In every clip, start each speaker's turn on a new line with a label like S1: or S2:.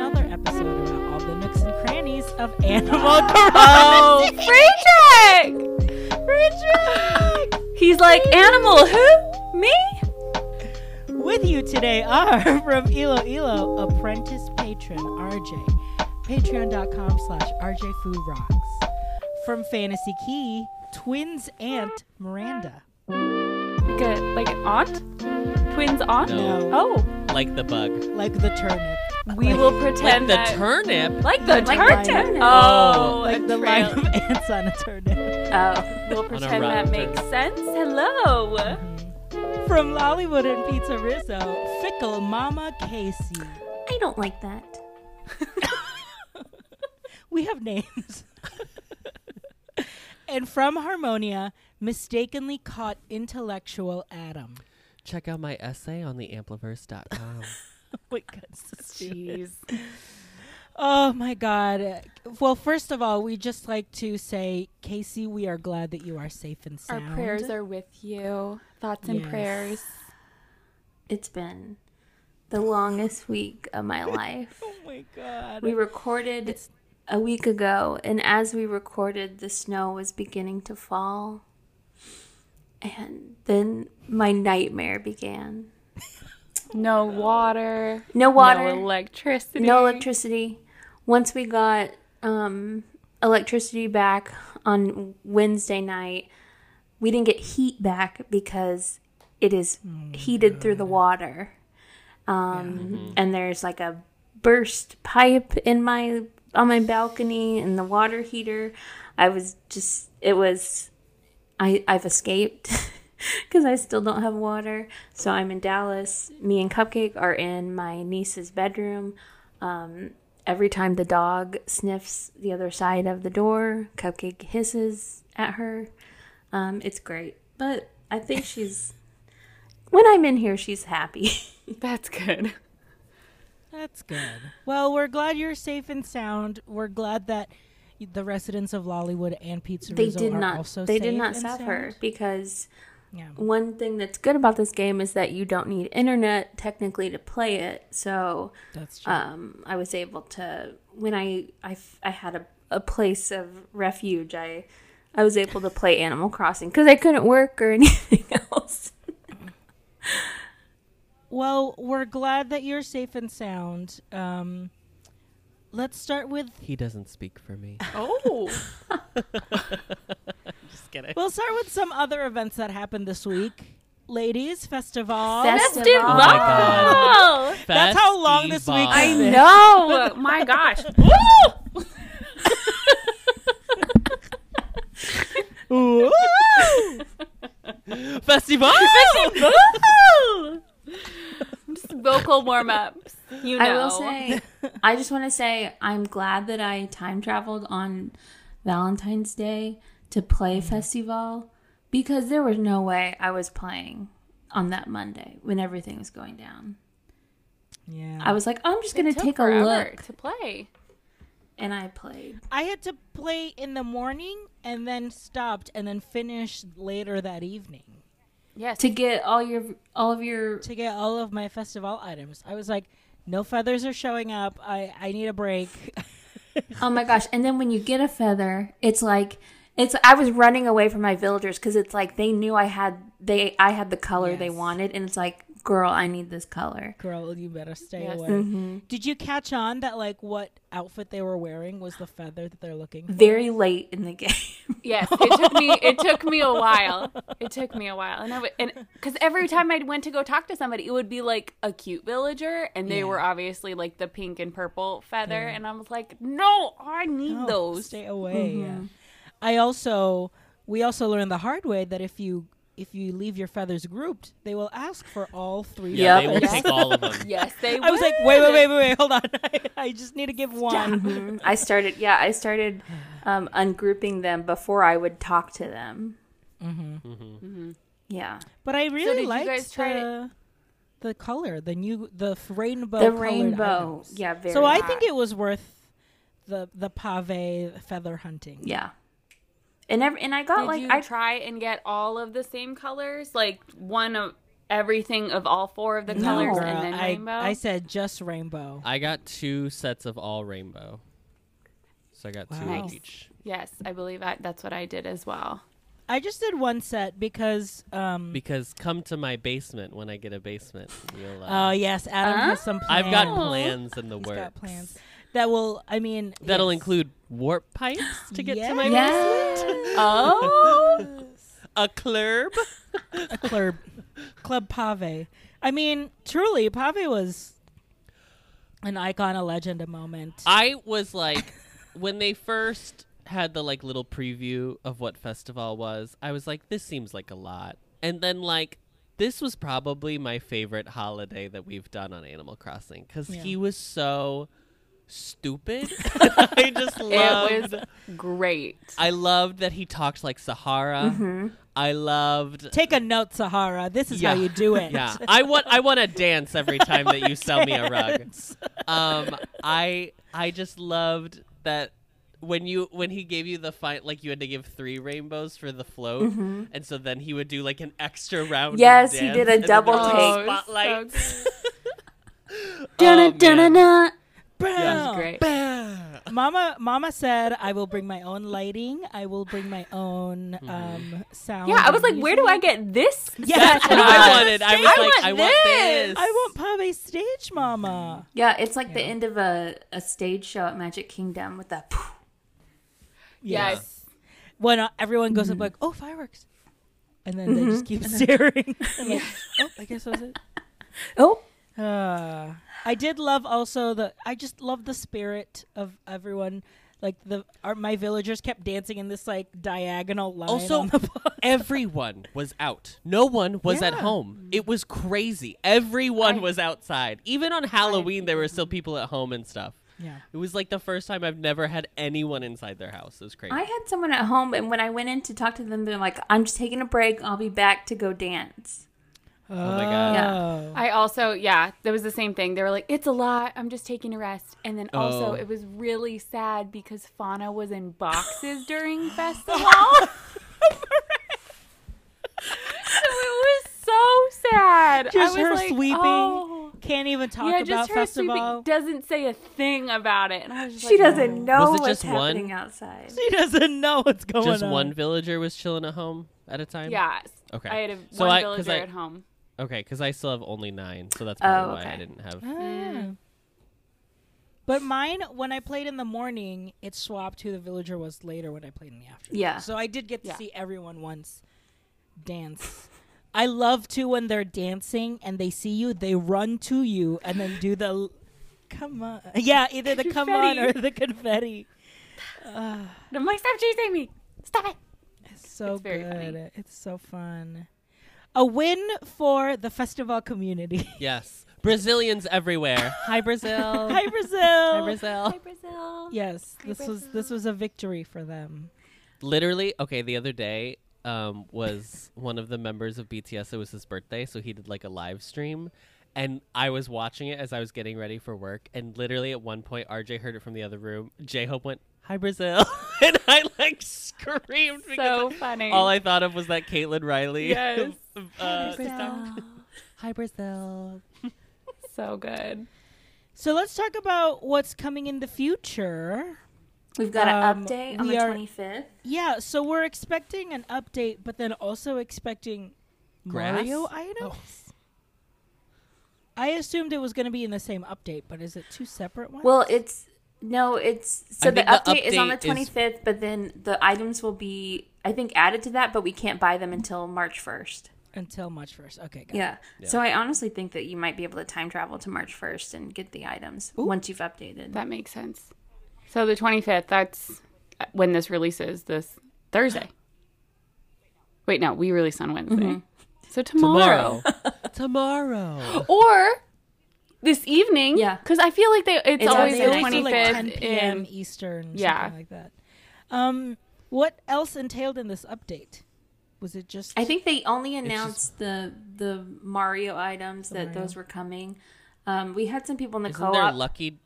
S1: episode around all the nooks and crannies of Animal
S2: Oh,
S1: Crossing.
S2: free check! Free check! He's like, animal, who? Me?
S1: With you today are from Ilo Ilo, apprentice patron RJ, patreon.com slash rjfoodrocks. From Fantasy Key, twins aunt Miranda.
S2: Good. Like, aunt? Twins aunt?
S3: No.
S2: Oh,
S3: Like the bug.
S1: Like the turnip.
S2: we
S1: Like-
S2: will pretend
S3: the
S2: that.
S3: turnip.
S2: like the
S1: Like
S2: turnip.
S1: the turnip.
S2: Oh,
S1: like
S2: a
S1: the line
S2: trail.
S1: of ants on a turnip.
S2: Oh, we'll pretend that
S3: rotten
S2: makes sense. Hello.
S1: From Lollywood and Pizza Rizzo, Fickle Mama Casey.
S2: I don't like that.
S1: We have names. and from Harmonia, mistakenly caught intellectual Adam.
S3: Check out my essay on the ampliverse.com.
S1: Wait, guys, this is-
S2: Jeez.
S1: Oh my God. Well, first of all, we just like to say, Casey, we are glad that you are safe and
S4: Our
S1: sound.
S4: prayers are with you. Thoughts and
S1: Yes.
S4: prayers.
S5: It's been the longest week of my life.
S1: Oh my God.
S5: We recorded a week ago, and as we recorded, the snow was beginning to fall. And then my nightmare began.
S4: No water.
S5: No water,
S4: No
S5: no,
S4: electricity.
S5: electricity. Once we got um, electricity back on Wednesday night, we didn't get heat back because it is heated through the water. um, and there's like a burst pipe in my on my balcony and the water heater i was just it was i i've escaped because i still don't have water so i'm in dallas me and cupcake are in my niece's bedroom um Every time the dog sniffs the other side of the door, Cupcake hisses at her. Um, it's great. But I think she's, when I'm in here, she's happy.
S4: That's good.
S1: That's good. Well, we're glad you're safe and sound. We're glad that y- the residents of Lollywood and Pizza
S5: they
S1: Rizzo
S5: did
S1: are
S5: not
S1: also
S5: they
S1: safe
S5: did not
S1: and
S5: suffer
S1: sound.
S5: because
S1: Yeah.
S5: one thing that's good about this game is that you don't need internet technically to play it so
S1: That's true.
S5: um, i was able to when i i, f- I had a, a place of refuge i i was able to play animal crossing because i couldn't work or anything else
S1: Well, we're glad that you're safe and sound. Um, let's start with.
S3: he doesn't speak for me.
S2: Oh.
S3: Just kidding.
S1: We'll start with some other events that happened this week. Ladies Festival.
S5: Fest-
S2: Let's do
S5: Oh
S3: my God.
S2: Marvel.
S1: That's how long this week
S2: I
S1: is.
S2: know. My gosh. Woo!
S1: Ooh.
S3: Festival!
S2: Woo! Just vocal warm ups. You know.
S5: i will say i just want to say i'm glad that i time traveled on valentine's day to play festival because there was no way i was playing on that monday when everything was going down
S1: yeah.
S5: I was like, I'm just gonna
S4: Took
S5: take a
S4: forever
S5: look,
S4: to play.
S5: and I played.
S1: I had to play in the morning and then stopped and then finished later that evening.
S4: Yes.
S5: To get all your all of your
S1: to get all of my festival items. I was like, no feathers are showing up. I, I need a break.
S5: oh my gosh! And then when you get a feather, it's like it's. I was running away from my villagers because it's like they knew I had they I had the color they
S1: Yes.
S5: wanted, and it's like, girl, I need this color.
S1: Girl, you better stay
S4: Yes.
S1: away.
S5: Mm-hmm.
S1: Did you catch on that like what outfit they were wearing was the feather that they're looking for?
S5: Very late in the game.
S4: Yes, it took me. It took me a while. It took me a while, and I would, and because every time I went to go talk to somebody, it would be like a cute villager, and they were obviously like the pink and purple feather, and I was like, no, I need
S1: No,
S4: those.
S1: Oh,
S4: Mm-hmm.
S1: Stay away. Yeah. I also we also learned the hard way that if you if you leave your feathers grouped, they will ask for all three.
S3: Yeah, they will
S1: feathers.
S3: take all of them.
S4: Yes, they.
S1: I was like, wait, wait, wait, wait, wait, hold on. I, I just need to give one.
S5: Mhm. I started, yeah, I started um, ungrouping them before I would talk to them. Mm-hmm. Yeah,
S1: But I really
S4: did you
S1: liked
S4: guys try to-
S1: the, the color, the new the rainbow.
S5: the
S1: colored
S5: rainbow.
S1: items.
S5: Yeah, very.
S1: So I
S5: hot.
S1: think it was worth the the pave feather hunting.
S5: Yeah. And every, and I got
S4: Did
S5: like
S4: you
S5: I
S4: try and get all of the same colors? Like one of everything of all four of the colors
S1: Girl,
S4: and then
S1: I,
S4: rainbow?
S1: I said just rainbow.
S3: I got two sets of all rainbow. So I got two
S1: Wow.
S3: of
S4: Nice.
S3: each.
S4: yes, I believe I, that's what I did as well.
S1: I just did one set because. Um,
S3: Because come to my basement when I get a basement. You'll,
S1: oh
S3: uh,
S1: yes, Adam
S4: Uh-huh.
S1: has some plans.
S3: I've got plans in the
S1: He's
S3: works.
S1: got plans that will. I mean,
S3: That'll
S1: yes.
S3: include warp pipes to get to my
S1: Yes.
S4: Oh,
S3: a club.
S1: a club, club Pave. I mean, truly, Pave was an icon, a legend, a moment.
S3: I was like, when they first had the like little preview of what festival was, I was like, this seems like a lot. And then like, this was probably my favorite holiday that we've done on Animal Crossing because
S1: Yeah.
S3: he was so stupid. I just loved.
S4: it was great.
S3: I loved that he talked like Sahara.
S4: Mm-hmm.
S3: I loved.
S1: Take a note, Sahara. This is how
S3: Yeah.
S1: you do it.
S3: Yeah, I want I want to dance every time that you sell me a rug. Um, I I just loved that when you when he gave you the fight, like you had to give three rainbows for the float,
S1: Mm-hmm.
S3: and so then he would do like an extra round. of
S5: Yes, he
S3: dance,
S5: did a
S3: and then
S5: double
S3: there was, like,
S5: take.
S4: it was Oh, so
S3: Spotlight.
S4: good.
S3: Oh, man.
S5: Dun-dun-dun-dun.
S1: Bam.
S4: It was great.
S1: Mama, Mama said, "I will bring my own lighting. I will bring my own
S3: Mm-hmm.
S1: um, sound."
S4: Yeah, I was
S1: and
S4: like, where do I get this?
S1: Yes,
S3: That's what I wanted. I was
S4: I
S3: like,
S4: want
S3: I want this.
S1: I want Pave's stage, Mama.
S5: Yeah, it's like the end of a, a stage show at Magic Kingdom with that. poof.
S4: Yes.
S1: When uh, everyone goes up, like, "Oh, fireworks," and then they just keep staring. And like, oh, I guess that was it.
S5: Oh,
S1: Uh, I did love also the. I just love the spirit of everyone. Like the our, my villagers kept dancing in this like diagonal line.
S3: Also,
S1: on the block.
S3: everyone was out. No one was at
S1: Yeah.
S3: home. It was crazy. Everyone was outside. Even on Halloween, there were still people at home and stuff.
S1: yeah.
S3: It was like the first time I've never had anyone inside their house. It was crazy.
S5: I had someone at home, and when I went in to talk to them, they're like, "I'm just taking a break. I'll be back to go dance."
S3: oh my god.
S1: Oh.
S4: I also, yeah, there was the same thing. They were like, it's a lot. I'm just taking a rest. And then also,
S3: Oh.
S4: it was really sad because Fauna was in boxes during festival. so it was so sad.
S1: Just
S4: I was
S1: her
S4: like,
S1: sweeping.
S4: "Oh."
S1: Can't even talk
S4: yeah,
S1: about
S4: just her
S1: festival.
S4: sweeping doesn't say a thing about it. And I was just
S5: She
S4: like,
S5: doesn't know
S3: Was it
S5: what's
S3: just one?
S5: happening outside.
S1: She doesn't know what's going
S3: Just
S1: on.
S3: one villager was chilling at home at a time.
S4: Yeah.
S3: Okay.
S4: I had a
S3: So
S4: one
S3: I- 'cause
S4: villager
S3: I-
S4: at home.
S3: Okay, because I still have only nine, so that's
S5: Oh,
S3: probably why I
S5: okay.
S3: didn't have.
S1: Ah. But mine, when I played in the morning, it swapped who the villager was later when I played in the afternoon.
S5: Yeah.
S1: So I did get to
S4: Yeah.
S1: see everyone once dance. I love too when they're dancing and they see you, they run to you and then do the l- come on. Yeah, either the come on or
S4: Confetti.
S1: the confetti.
S4: And I'm like, stop chasing me. Stop it.
S1: It's so
S4: It's very
S1: good.
S4: funny.
S1: It's so fun. A win for the festival community.
S3: Yes, Brazilians everywhere. Hi Brazil.
S1: Hi Brazil. Hi
S3: Brazil.
S4: Brazil.
S1: Yes, this was this was a victory for them.
S3: literally okay the other day um, was one of the members of bts it was his birthday so he did like a live stream and i was watching it as i was getting ready for work and literally at one point rj heard it from the other room j-hope went hi brazil and i like screamed
S4: So
S3: because
S4: funny.
S3: all i thought of was that caitlin riley
S4: Yes.
S3: uh,
S1: Hi Brazil.
S4: so good.
S1: So let's talk about what's coming in the future.
S5: We've got
S1: Um,
S5: an update on
S1: we
S5: the
S1: are-
S5: 25th.
S1: Yeah, so we're expecting an update, but then also expecting
S3: Grass?
S1: Mario items. I assumed it was going to be in the same update, but is it two separate ones?
S5: Well, it's no, it's so
S3: I
S5: the
S3: think the
S5: update, is on the
S3: update is-
S5: 25th, but then the items will be, I think, added to that, but we can't buy them until March 1st.
S1: until March first. Okay, got it.
S5: Yeah. So I honestly think that you might be able to time travel to March 1st and get the items once you've updated.
S4: That makes sense. So the 25th, that's uh, when this releases this Thursday. Wait, no, we release on Wednesday.
S5: Mm-hmm.
S4: So tomorrow.
S3: tomorrow tomorrow
S4: Oh, or this evening.
S5: Yeah.
S4: Because I feel like they it's,
S5: It's
S4: always the
S5: on the
S1: They always do,
S4: 25th.
S1: like 10 p.m.
S4: in-
S1: Eastern,
S4: Yeah.
S1: something like that. Um, what else entailed in this update? Was it just
S5: I think they only announced the the Mario items that those were coming. Um, we had some people in the
S4: uh,
S3: isn't there
S5: co-op.
S3: lucky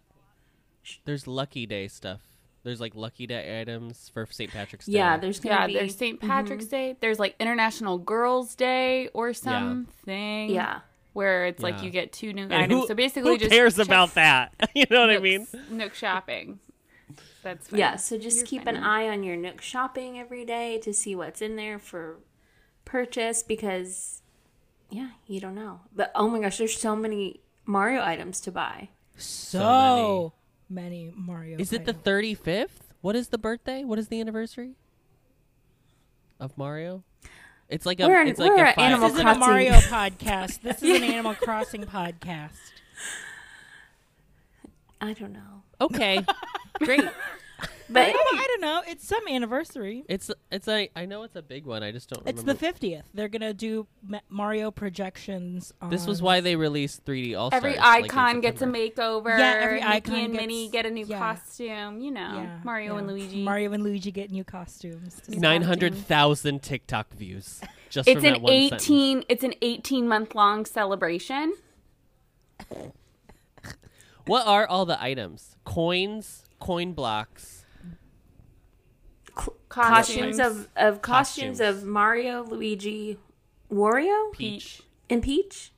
S3: there's lucky day stuff There's like lucky day items for St. Patrick's Day.
S5: Yeah, there's gonna
S4: Yeah,
S5: be Mm-hmm.
S4: there's St. Patrick's Day. There's like International Girls' Day or something.
S5: yeah.
S4: Where it's like
S3: Yeah.
S4: you get two new
S3: And
S4: items.
S3: who,
S4: so basically,
S3: who
S4: just
S3: cares
S4: check
S3: about that? you know what I
S4: Nook's-
S3: mean?
S4: Nook shopping. That's fine.
S5: Yeah, so just
S4: You're
S5: keep
S4: fine.
S5: an eye on your Nook shopping every day to see what's in there for purchase because, yeah, you don't know. But oh my gosh, there's so many Mario items to buy.
S1: So, many. Mario.
S3: Is it the
S1: items.
S3: 35th? What is the birthday? What is the anniversary of Mario? It's like a
S5: We're an-
S3: it's like
S5: we're
S3: a
S5: an
S3: five-
S5: animal
S1: This isn't
S5: Crossing?
S1: a Mario podcast. This is an Animal Crossing podcast.
S5: I don't know.
S3: Okay. Great.
S5: But
S1: I don't know. It's some anniversary.
S3: It's it's a I know it's a big one. I just don't
S1: It's the
S3: remember.
S1: fiftieth. They're gonna do Ma- Mario projections. On...
S3: this was why they released 3D All Stars.
S4: Every icon gets a makeover.
S1: Yeah, every
S4: Mickey
S1: icon
S4: and
S1: gets-
S4: Minnie get a new
S1: yeah.
S4: costume. You know,
S1: Yeah,
S4: Mario
S1: yeah.
S4: and Luigi.
S1: Mario and Luigi get new costumes.
S3: Nine hundred thousand TikTok views. Just
S4: it's
S3: from that
S4: an
S3: one sentence.
S4: eighteen. It's an eighteen month long celebration.
S3: What are all the items? Coins, coin blocks.
S5: cl-
S4: Costumes.
S5: costumes of, of
S3: Costumes.
S5: costumes of Mario, Luigi, Wario,
S3: Peach.
S5: and Peach.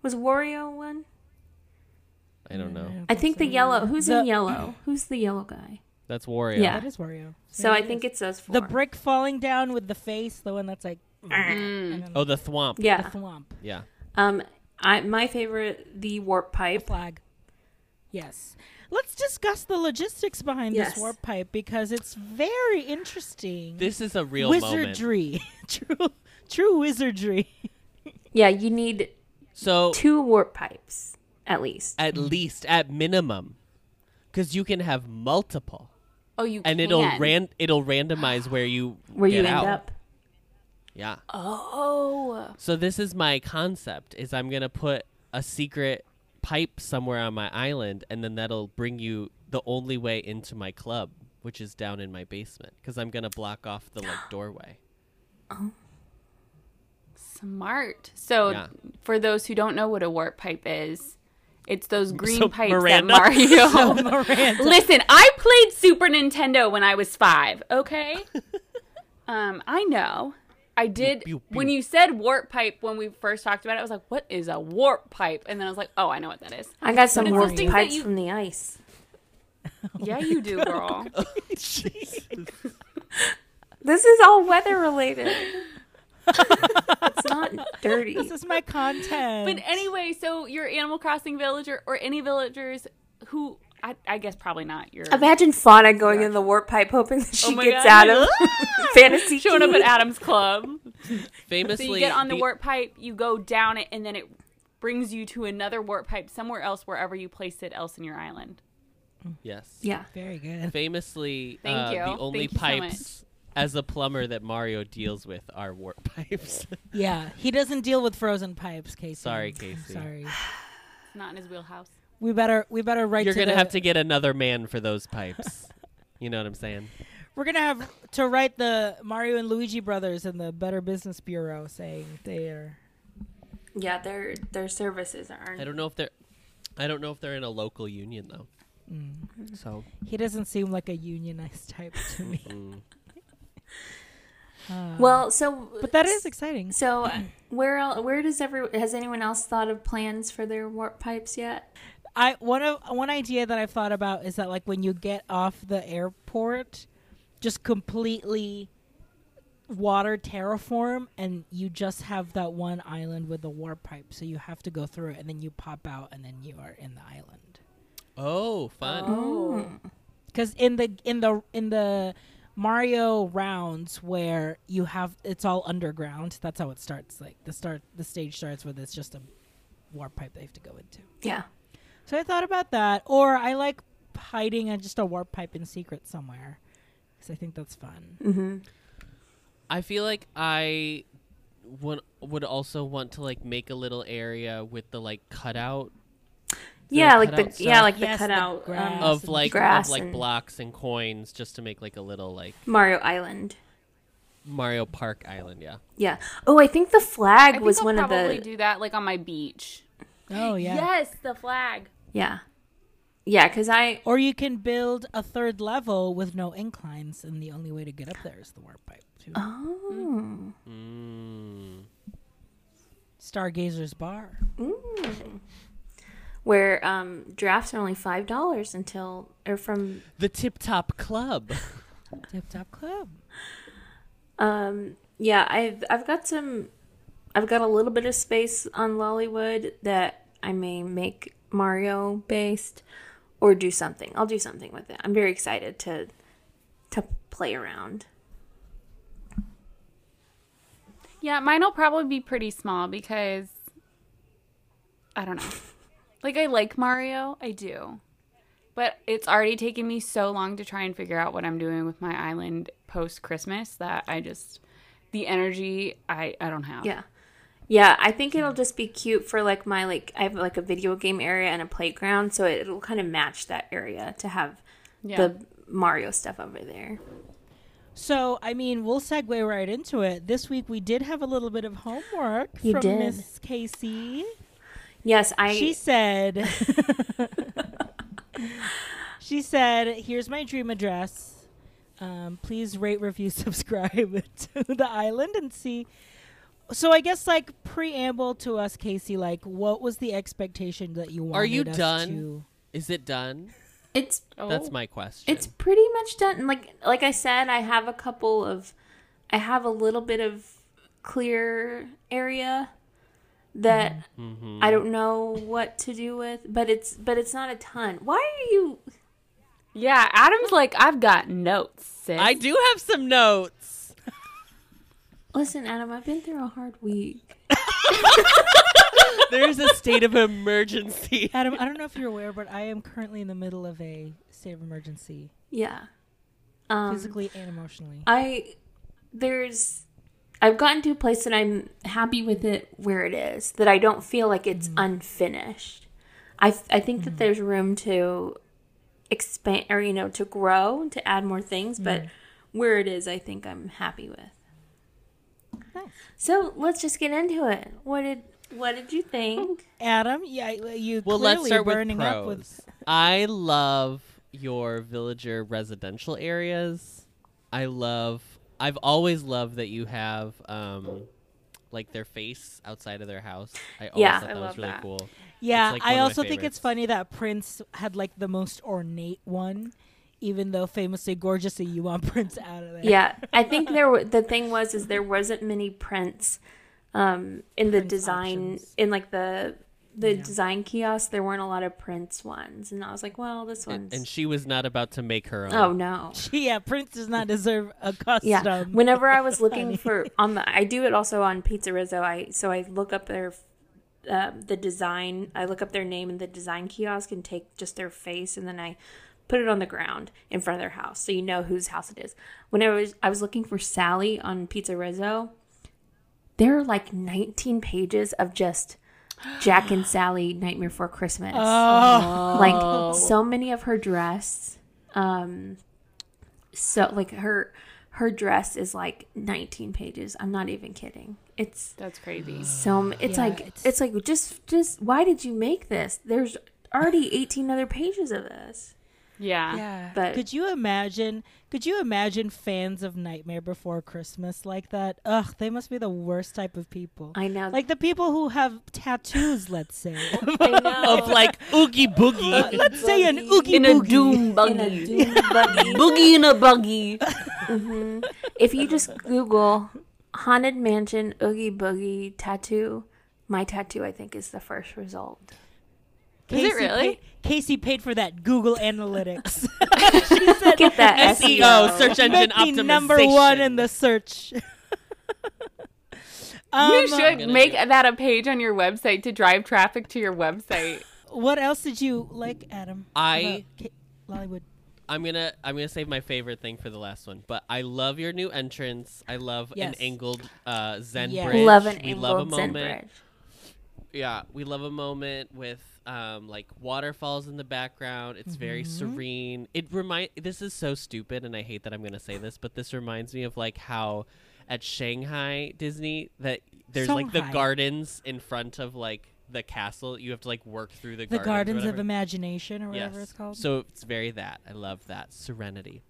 S5: Was Wario one?
S3: I don't know.
S5: I think the yellow. Who's
S1: The-
S5: in yellow? Who's the yellow guy?
S3: That's Wario.
S5: Yeah.
S1: That is Wario.
S5: So I think it's those four.
S1: the brick falling down with the face, the one that's like and then
S3: Oh, the thwomp.
S1: the
S5: Mm. yeah.
S1: thwomp,
S3: Yeah.
S5: Um, I my favorite the warp pipe.
S1: flag. Yes. Let's discuss the logistics behind
S5: Yes.
S1: this warp pipe because it's very interesting.
S3: This is a real moment.
S1: wizardry, true, true wizardry.
S5: Yeah, you need
S3: So
S5: two warp pipes at least.
S3: at least at minimum because you can have multiple
S4: Oh, you
S3: and
S4: can.
S3: it'll ran it'll randomize where you
S5: where you
S3: get
S5: end
S3: out.
S5: up.
S3: yeah
S4: Oh,
S3: so this is my concept is i'm gonna put a secret pipe somewhere on my island and then that'll bring you the only way into my club which is down in my basement because i'm gonna block off the like doorway
S4: smart. So,
S3: Yeah.
S4: for those who don't know what a warp pipe is, it's those green
S3: So,
S4: pipes
S3: Miranda-
S4: that Mario.
S1: Miranda.
S4: Listen, I played Super Nintendo when I was five. Okay. um, I know. I did.
S3: pew, pew.
S4: When you said warp pipe when we first talked about it, I was like, "What is a warp pipe?" And then I was like, "Oh, I know what that is."
S5: I got some
S4: it's
S5: warp
S4: those things that
S5: pipes
S4: you-
S5: from the ice.
S3: Oh
S4: yeah, you do, girl.
S5: This is all weather related. it's not dirty.
S1: This is my content.
S4: But anyway, so your Animal Crossing villager or any villagers who I, I guess probably not your
S5: Imagine Fauna going in the warp pipe hoping that she
S4: my
S5: gets
S4: God.
S5: out of fantasy.
S4: showing up at
S5: key.
S4: Adam's Club. So
S3: famously
S4: you get on the warp pipe, you go down it, and then it brings you to another warp pipe somewhere else, wherever you place it else in your island.
S3: yes
S5: Yeah.
S1: very good.
S3: famously
S4: Thank
S3: uh,
S4: you.
S3: the only
S4: Thank you so much.
S3: pipes as a plumber that mario deals with are warp pipes
S1: Yeah, he doesn't deal with frozen pipes, Casey.
S3: Sorry,
S1: I'm
S3: Casey.
S1: Sorry.
S4: It's not in his wheelhouse.
S1: We better we better write.
S3: You're
S1: to
S3: gonna
S1: the-
S3: have to get another man for those pipes. you know what I'm saying?
S1: We're gonna have to write the Mario and Luigi brothers in the Better Business Bureau saying they are.
S5: Yeah, their their services aren't
S3: I don't know if they're, I don't know if they're in a local union though.
S4: Mm.
S3: So
S1: He doesn't seem like a unionized type to me.
S5: Well, so
S1: But that is exciting.
S5: so where el- where does every has anyone else thought of plans for their warp pipes yet?
S1: I one of one idea that I've thought about is that like when you get off the airport, just completely water terraform and you just have that one island with the warp pipe so you have to go through it and then you pop out and then you are in the island
S3: oh, fun.
S1: because in the in the in the Mario rounds where you have it's all underground. That's how it starts. Like the start, the stage starts with it's just a warp pipe they have to go into.
S5: Yeah.
S1: So I thought about that, or I like hiding a, just a warp pipe in secret somewhere because I think that's fun.
S5: Mm-hmm.
S3: I feel like I would would also want to like make a little area with the like cutout
S5: Yeah, like
S3: cutout
S5: the yeah,
S3: stuff? Oh.
S5: like the
S1: Yes, the
S5: cutout
S1: grass.
S5: um,
S3: of
S1: and
S3: like
S5: grass
S3: of like
S5: and-
S3: blocks and coins just to make like a little like
S5: Mario Island.
S3: Mario Park Island. Yeah.
S5: Yeah. Oh, I think the
S4: I
S5: flag
S4: think
S5: was
S4: I'll
S5: one of
S4: probably
S5: the
S4: do that like on my beach.
S1: Oh yeah,
S4: Yes, the flag.
S5: yeah. yeah, because I
S1: Or you can build a third level with no inclines, and the only way to get up there is the warp pipe. Too.
S5: oh
S3: Mm.
S1: Stargazer's Bar.
S5: mm. where um drafts are only five dollars until or from
S3: The Tip Top Club.
S1: Tip Top Club.
S5: Um, yeah, I've I've got some, I've got a little bit of space on Lollywood that I may make Mario based, or do something. I'll do something with it. I'm very excited to to play around.
S4: Yeah, mine will probably be pretty small because I don't know. Like I like Mario, I do. But it's already taken me so long to try and figure out what I'm doing with my island post Christmas that I just the energy I I don't have.
S5: Yeah, yeah. I think it'll just be cute for like my like I have like a video game area and a playground, so it'll kind of match that area to have
S4: Yeah.
S5: the Mario stuff over there.
S1: So, I mean, we'll segue right into it. This week we did have a little bit of homework
S5: You
S1: from
S5: did.
S1: Miss Casey.
S5: Yes, I.
S1: She said, She said, here's my dream address. Um, please rate, review, subscribe to the island and see. So, I guess, like, preamble to us, Casey, like, what was the expectation that you wanted
S3: Are you
S1: us
S3: done?
S1: to-
S3: Is it done?
S5: it's
S4: Oh.
S3: That's my question.
S5: It's pretty much done. Like like I said, I have a couple of, I have a little bit of clear area that I don't know what to do with, but it's but it's not a ton. Why are you?
S4: Yeah, Adam's like I've got notes. Sis.
S3: I do have some notes.
S5: Listen, Adam, I've been through a hard week.
S3: There's a state of emergency.
S1: Adam, I don't know if you're aware, but I am currently in the middle of a state of emergency,
S5: Yeah, um,
S1: physically and emotionally.
S5: I there's I've gotten to a place that I'm happy with it where it is that I don't feel like it's unfinished. I f- I think that there's room to expand or you know to grow to add more things, but where it is, I think I'm happy with.
S1: Nice.
S5: So let's just get into it. What did what did you think?
S1: Adam, yeah, you
S3: Well,
S1: clearly
S3: let's start
S1: burning
S3: with
S1: up
S3: pros.
S1: with.
S3: I love your villager residential areas. I love. I've always loved that you have um, like their face outside of their house. I always
S5: Yeah.
S3: thought
S4: I
S3: that
S4: love
S3: was really
S4: that.
S3: cool.
S1: Yeah,
S3: like one
S1: I
S3: of my
S1: also think it's
S3: favorites.
S1: funny that Prince had like the most ornate one, even though famously gorgeously you want Prince out of there.
S5: yeah, I think there were, the thing was is there wasn't many prints um, in the
S1: Print
S5: design
S1: options.
S5: in like the the design kiosk. There weren't a lot of prints ones, and I was like, well, this one's
S3: And she was not about to make her own.
S5: oh no.
S1: yeah, Prince does not deserve a custom.
S5: Yeah. Whenever I was looking for on the, I do it also on Pizza Rizzo. I so I look up their, um, the design. I look up their name in the design kiosk and take just their face, and then I put it on the ground in front of their house, so you know whose house it is. Whenever I was, I was looking for Sally on Pizza Rizzo, there are like 19 pages of just Jack and Sally Nightmare Before Christmas. Like so many of her dress. Um so like her her dress is like 19 pages. I'm not even kidding. It's
S4: That's crazy.
S5: so m- it's
S1: Yeah,
S5: like
S1: it's-
S5: it's, like just just why did you make this? There's already 18 other pages of this.
S4: Yeah.
S1: yeah.
S5: But-
S1: could you imagine? Could you imagine fans of Nightmare Before Christmas like that? Ugh, they must be the worst type of people.
S5: I know.
S1: Like the people who have tattoos, let's say.
S5: I know.
S3: Of like oogie boogie.
S1: let's say an oogie
S4: In a
S1: boogie.
S4: doom
S5: In a
S4: buggy.
S5: doom buggy. Mm-hmm.
S4: Boogie in a buggy.
S5: if you just Google haunted mansion oogie boogie tattoo, my tattoo I think is the first result.
S4: Is it really?
S1: Paid, Casey paid for that Google Analytics. she said,
S5: Get that E
S3: SEO, E search engine
S1: "Make me
S3: optimization.
S1: number one in the search." um,
S4: You
S3: gonna
S4: should
S3: do
S4: make
S3: it.
S4: that a page on your website to drive traffic to your website.
S1: What else did you like, Adam?
S3: I-
S1: about Ca- Lollywood.
S3: I'm gonna I'm gonna save my favorite thing for the last one. But I love your new entrance. I love
S1: Yes.
S3: an angled uh, Zen
S1: Yes.
S3: bridge.
S5: Love an
S3: we love a
S5: angled Zen
S3: moment.
S5: bridge.
S3: yeah we love a moment with um like waterfalls in the background it's very
S1: Mm-hmm.
S3: serene it remind this is so stupid and i hate that i'm gonna say this but this reminds me of like how at shanghai disney that there's like the
S1: Songhai.
S3: gardens in front of like the castle. You have to like work through the,
S1: The
S3: gardens or
S1: Gardens of
S3: whatever.
S1: Imagination or whatever
S3: Yes.
S1: it's called.
S3: So it's very that. I love that serenity.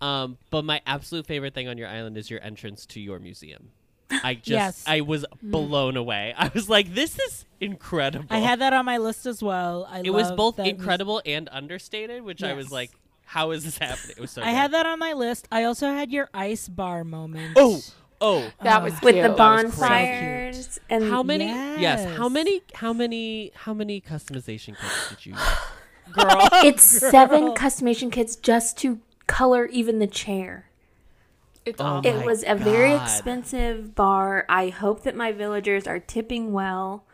S3: Um, but my absolute favorite thing on your island is your entrance to your museum. I just
S1: Yes. Mm.
S3: I was blown away. I was like, this is incredible.
S1: I had that on my list as well. I
S3: it was
S1: love
S3: both
S1: that mus-
S3: incredible and understated, which I was
S1: Yes.
S3: like, how is this happening? It was so
S1: I
S3: good.
S1: had that on my list. I also had your ice bar moment.
S3: Oh, oh.
S4: That was
S5: with the
S4: cute.
S3: That was crazy.
S5: bonfires and
S3: How many?
S1: Yes.
S3: yes. How many? How many? How many customization kits did you? Use?
S1: girl.
S5: it's seven customization kits just to color even the chair.
S4: It's
S3: Oh
S4: awful.
S5: It
S3: my
S5: was a very
S3: God.
S5: expensive bar. I hope that my villagers are tipping well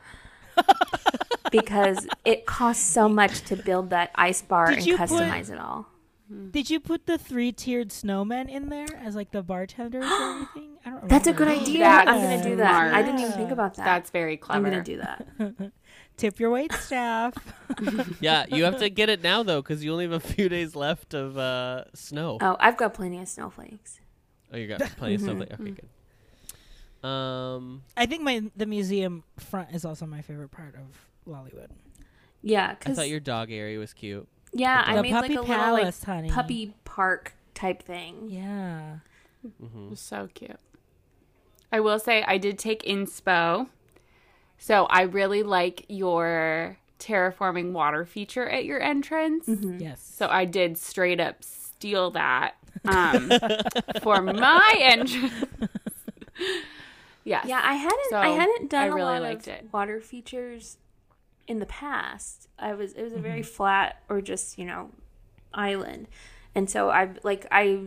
S5: because it costs so much to build that ice bar
S1: Did
S5: and
S1: you put-
S5: customize it all.
S1: Did you put the three tiered snowmen in there as like the bartenders or anything? I don't.
S5: That's a
S1: remember.
S5: good idea.
S4: That's
S5: I'm going to do that. I didn't even
S1: smart.
S5: think about that.
S4: That's very
S5: I'm
S4: clever.
S5: going to do that.
S1: tip your wait staff.
S3: yeah, you have to get it now though, because you only have a few days left of uh, snow.
S5: Oh, I've got plenty of snowflakes.
S3: Oh, you got plenty of stuff. Like, okay, good. Um,
S1: I think my the museum front is also my favorite part of Lollywood.
S5: Yeah,
S3: I
S5: because
S3: thought your dog area was cute.
S5: yeah, I
S1: The
S5: made
S1: puppy
S5: like a
S1: palace,
S5: little
S1: honey.
S5: like puppy park type thing.
S1: Yeah.
S4: So cute. I will say I did take inspo. So I really like your terraforming water feature at your entrance.
S5: Mm-hmm.
S1: Yes.
S4: So I did straight up steal that um, for my entrance. yes.
S5: Yeah, I hadn't
S4: So,
S5: I hadn't done
S4: I
S5: a
S4: really
S5: lot
S4: liked
S5: of
S4: it.
S5: water features in the past. I was it was a
S4: Mm-hmm.
S5: very flat or just, you know, island. And so I like I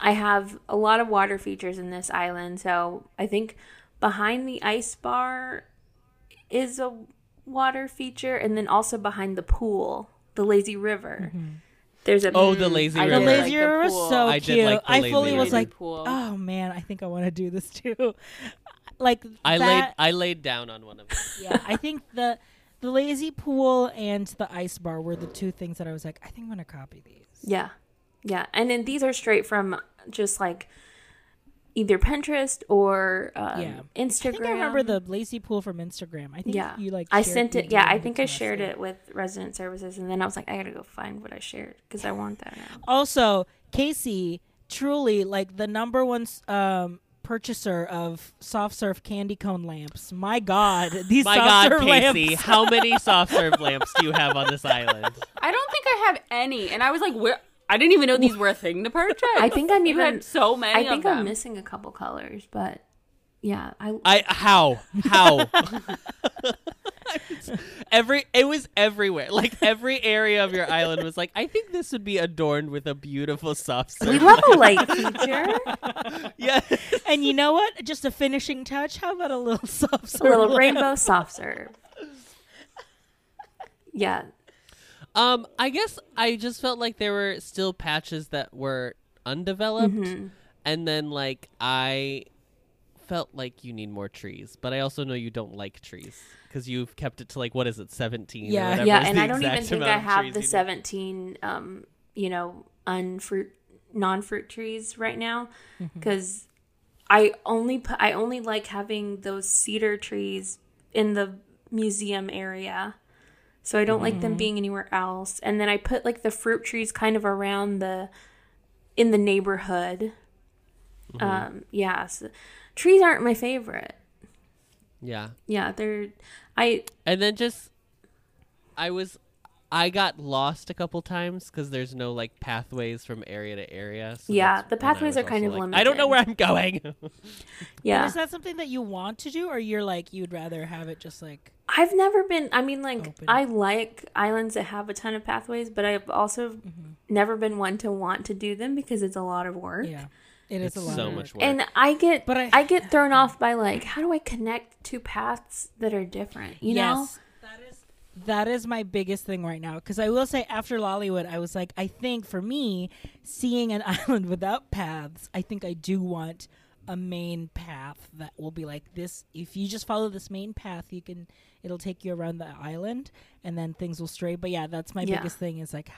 S5: I have a lot of water features in this island. So I think behind the ice bar is a water feature and then also behind the pool, the lazy river.
S4: Mm-hmm.
S5: There's a
S3: Oh, the lazy
S4: I
S3: river.
S1: The
S4: really
S1: lazy
S4: like the
S1: river was
S4: pool.
S1: so
S3: I did
S1: cute.
S3: like the
S1: I fully
S3: lazy
S1: was
S3: river.
S1: like,
S4: Pool.
S1: oh man, I think I want to do this too. like
S3: I laid
S1: that,
S3: I laid down on one of them.
S1: yeah. I think the the lazy pool and the ice bar were the two things that I was like, I think I'm gonna copy these.
S5: Yeah. Yeah. And then these are straight from just like either Pinterest or um,
S1: Yeah.
S5: Instagram.
S1: I think I remember the lazy pool from Instagram. I think
S5: Yeah.
S1: you like.
S5: I
S1: shared-
S5: sent
S1: you
S5: it. Yeah. I
S1: DM'd
S5: think I
S1: to us,
S5: shared
S1: yeah.
S5: it with resident services. And then I was like, I got to go find what I shared because I want that now.
S1: also casey truly like the number one um purchaser of soft serve candy cone lamps my god these
S3: My
S1: soft
S3: God,
S1: serve
S3: Casey,
S1: lamps
S3: how many soft serve lamps do you have on this island?
S4: I don't think I have any. And I was like, where? I didn't even know these were a thing to purchase.
S5: I think I'm
S4: You
S5: even.
S4: had so many.
S5: I think
S4: of
S5: I'm
S4: them.
S5: missing a couple colors, but yeah. I,
S3: I how how. Every it was everywhere, like every area of your island was like. I think this would be adorned with a beautiful soft
S5: we
S3: serve.
S5: love a light feature.
S3: yeah,
S1: and you know what just a finishing touch how about a little soft
S5: a
S1: serve
S5: little
S1: lamp?
S5: rainbow soft serve. Yeah.
S3: Um, I guess I just felt like there were still patches that were undeveloped,
S5: Mm-hmm.
S3: and then like I felt like you need more trees, but I also know you don't like trees because you've kept it to like what is it, seventeen?
S1: Yeah.
S3: or whatever
S5: yeah
S3: is
S5: and
S3: the
S5: i don't even
S3: exact
S5: think i
S3: amount of
S5: have
S3: trees
S5: the
S3: you need.
S5: 17 um you know unfruit non-fruit trees right now because i only put i only like having those cedar trees in the museum area so i don't like them being anywhere else and then i put like the fruit trees kind of around the in the neighborhood
S3: Mm-hmm.
S5: um yeah so, trees aren't my favorite
S3: Yeah,
S5: yeah they're i
S3: and then just I was I got lost a couple times because there's no like pathways from area to area. so
S5: Yeah,
S3: that's
S5: the
S3: when I was
S5: pathways are kind
S3: also
S5: of
S3: like, I don't know where I'm going.
S5: yeah
S1: is that something that you want to do or you're like you'd rather have it just like
S5: I've never been. I mean, like
S1: Open.
S5: I like islands that have a ton of pathways, but I've also
S1: Mm-hmm.
S5: never been one to want to do them because it's a lot of work.
S1: yeah it is
S3: it's
S1: a lot
S3: so
S1: of
S3: much
S1: work.
S3: work.
S5: And I get,
S1: But
S5: but
S1: I-
S5: I, get thrown off by like, how do I connect two paths that are different? You know?
S1: that is that is my biggest thing right now because I will say after Lollywood, I was like, I think for me, seeing an island without paths, I think I do want a main path that will be like this. If you just follow this main path, you can it'll take you around the island, and then things will stray. But yeah, that's my
S5: Yeah.
S1: biggest thing is like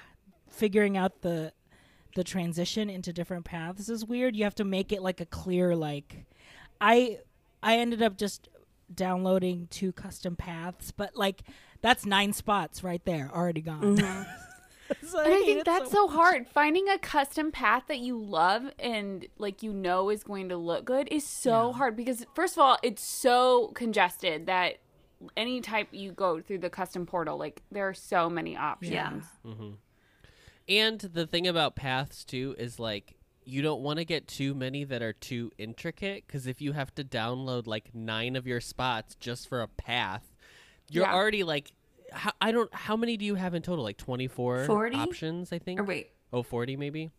S1: figuring out the the transition into different paths is weird. You have to make it like a clear like I I ended up just downloading two custom paths, but like that's nine spots right there already gone. So
S4: Mm-hmm. And I
S1: hate
S4: think
S1: it
S4: that's
S1: so-
S4: so hard. Finding a custom path that you love and like you know is going to look good is so hard because first of all, it's so congested that any type you go through the custom portal, like there are so many options.
S5: Yeah.
S3: And the thing about paths too is like you don't want to get too many that are too intricate because if you have to download like nine of your spots just for a path, you're
S4: Yeah.
S3: already like, how, I don't. How many do you have in total? Like 24
S5: 40?
S3: options, I think.
S5: Or wait,
S3: Oh, 40 maybe.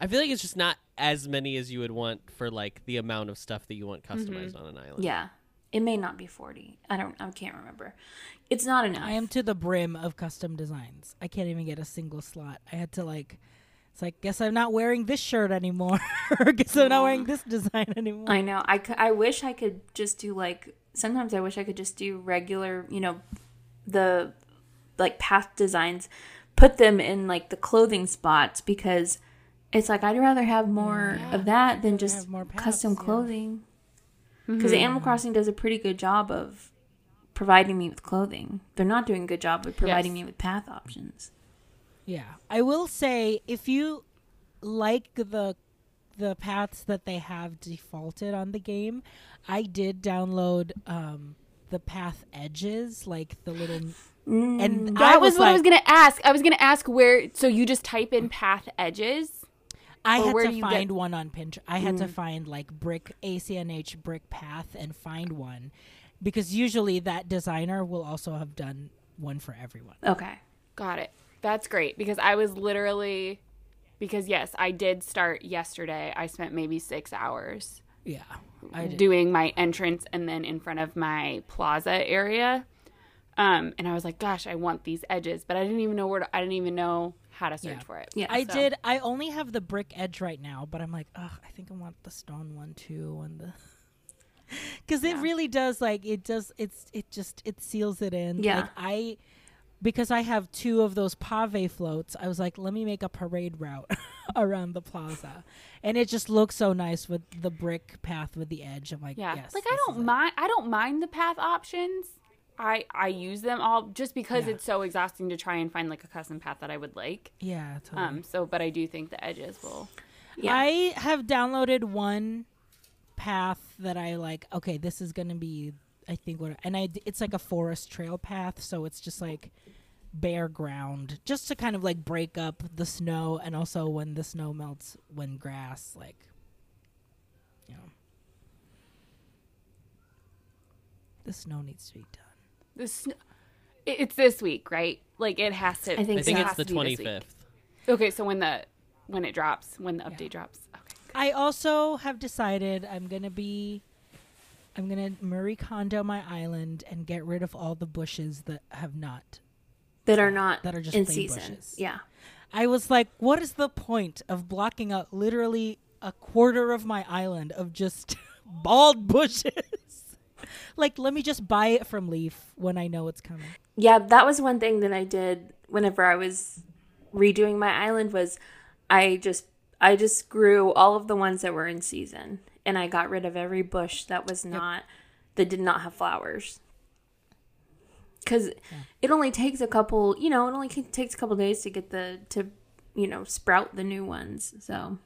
S3: I feel like it's just not as many as you would want for like the amount of stuff that you want
S4: Mm-hmm.
S3: customized on an island.
S5: yeah, it may not be forty. I don't. I can't remember. It's not enough.
S1: I am to the brim of custom designs. I can't even get a single slot. I had to like it's like guess I'm not wearing this shirt anymore. or guess I'm not wearing this design anymore.
S5: I know. I, cou- I wish I could just do like sometimes I wish I could just do regular, you know, the like path designs, put them in like the clothing spots because it's like I'd rather have more of that than just
S1: have more paths,
S5: custom
S1: yeah.
S5: clothing. Because Animal Crossing does a pretty good job of providing me with clothing. They're not doing a good job of providing me with path options.
S1: Yeah, I will say if you like the the paths that they have defaulted on the game, I did download um, the path edges, like the little, and
S4: Mm, That
S1: I
S4: was,
S1: was,
S4: what
S1: like,
S4: I was gonna ask. I was gonna ask where so you just type in path edges.
S1: I
S4: or
S1: had
S4: where
S1: to
S4: do you get- Mm.
S1: find one on Pinterest. I had to find like brick ACNH brick path and find one because usually that designer will also have done one for everyone.
S5: Okay.
S4: Got it. That's great because I was literally because yes, I did start yesterday. I spent maybe six hours
S1: Yeah, I did.
S4: doing my entrance and then in front of my plaza area. Um, and I was like, gosh, I want these edges, but I didn't even know where to, I didn't even know how to search
S1: Yeah.
S4: for it.
S5: Yeah.
S1: I
S4: So-
S1: did. I only have the brick edge right now, but I'm like, ugh, I think I want the stone one too, and the because it really does like it does. It's it just it seals it in.
S5: Yeah.
S1: Like, I because I have two of those pave floats. I was like, let me make a parade route around the plaza, and it just looks so nice with the brick path with the edge. I'm like,
S4: Yeah.
S1: yes,
S4: like I
S1: this is
S4: don't
S1: it.
S4: mind I don't mind the path options. I I use them all just because
S1: Yeah.
S4: it's so exhausting to try and find like a custom path that I would like.
S1: Yeah, totally.
S4: Um so but I do think the edges will
S5: Yeah.
S1: I have downloaded one path that I like. Okay, this is gonna be, I think, what, and I it's like a forest trail path, so it's just like bare ground, just to kind of like break up the snow, and also when the snow melts, when grass, like, you know, the snow needs to be done.
S4: the sn- it- it's this week, right? Like it has to
S5: I think
S3: I think
S5: so.
S4: it
S3: it's
S4: has
S3: the
S4: to be this week.
S3: 25th.
S4: Okay, so when the when it drops, when the update drops. Okay.
S1: I also have decided I'm gonna be I'm gonna Marie Kondo my island and get rid of all the bushes that have not.
S5: That are not
S1: That are just
S5: in
S1: plain
S5: season.
S1: bushes.
S5: Yeah.
S1: I was like, what is the point of blocking out literally a quarter of my island of just bald bushes? like, let me just buy it from Leaf when I know it's coming.
S5: yeah that was one thing that i did whenever i was redoing my island was i just i just grew all of the ones that were in season and i got rid of every bush that was not that did not have flowers because it only takes a couple you know it only ca- takes a couple days to get the to you know sprout the new ones so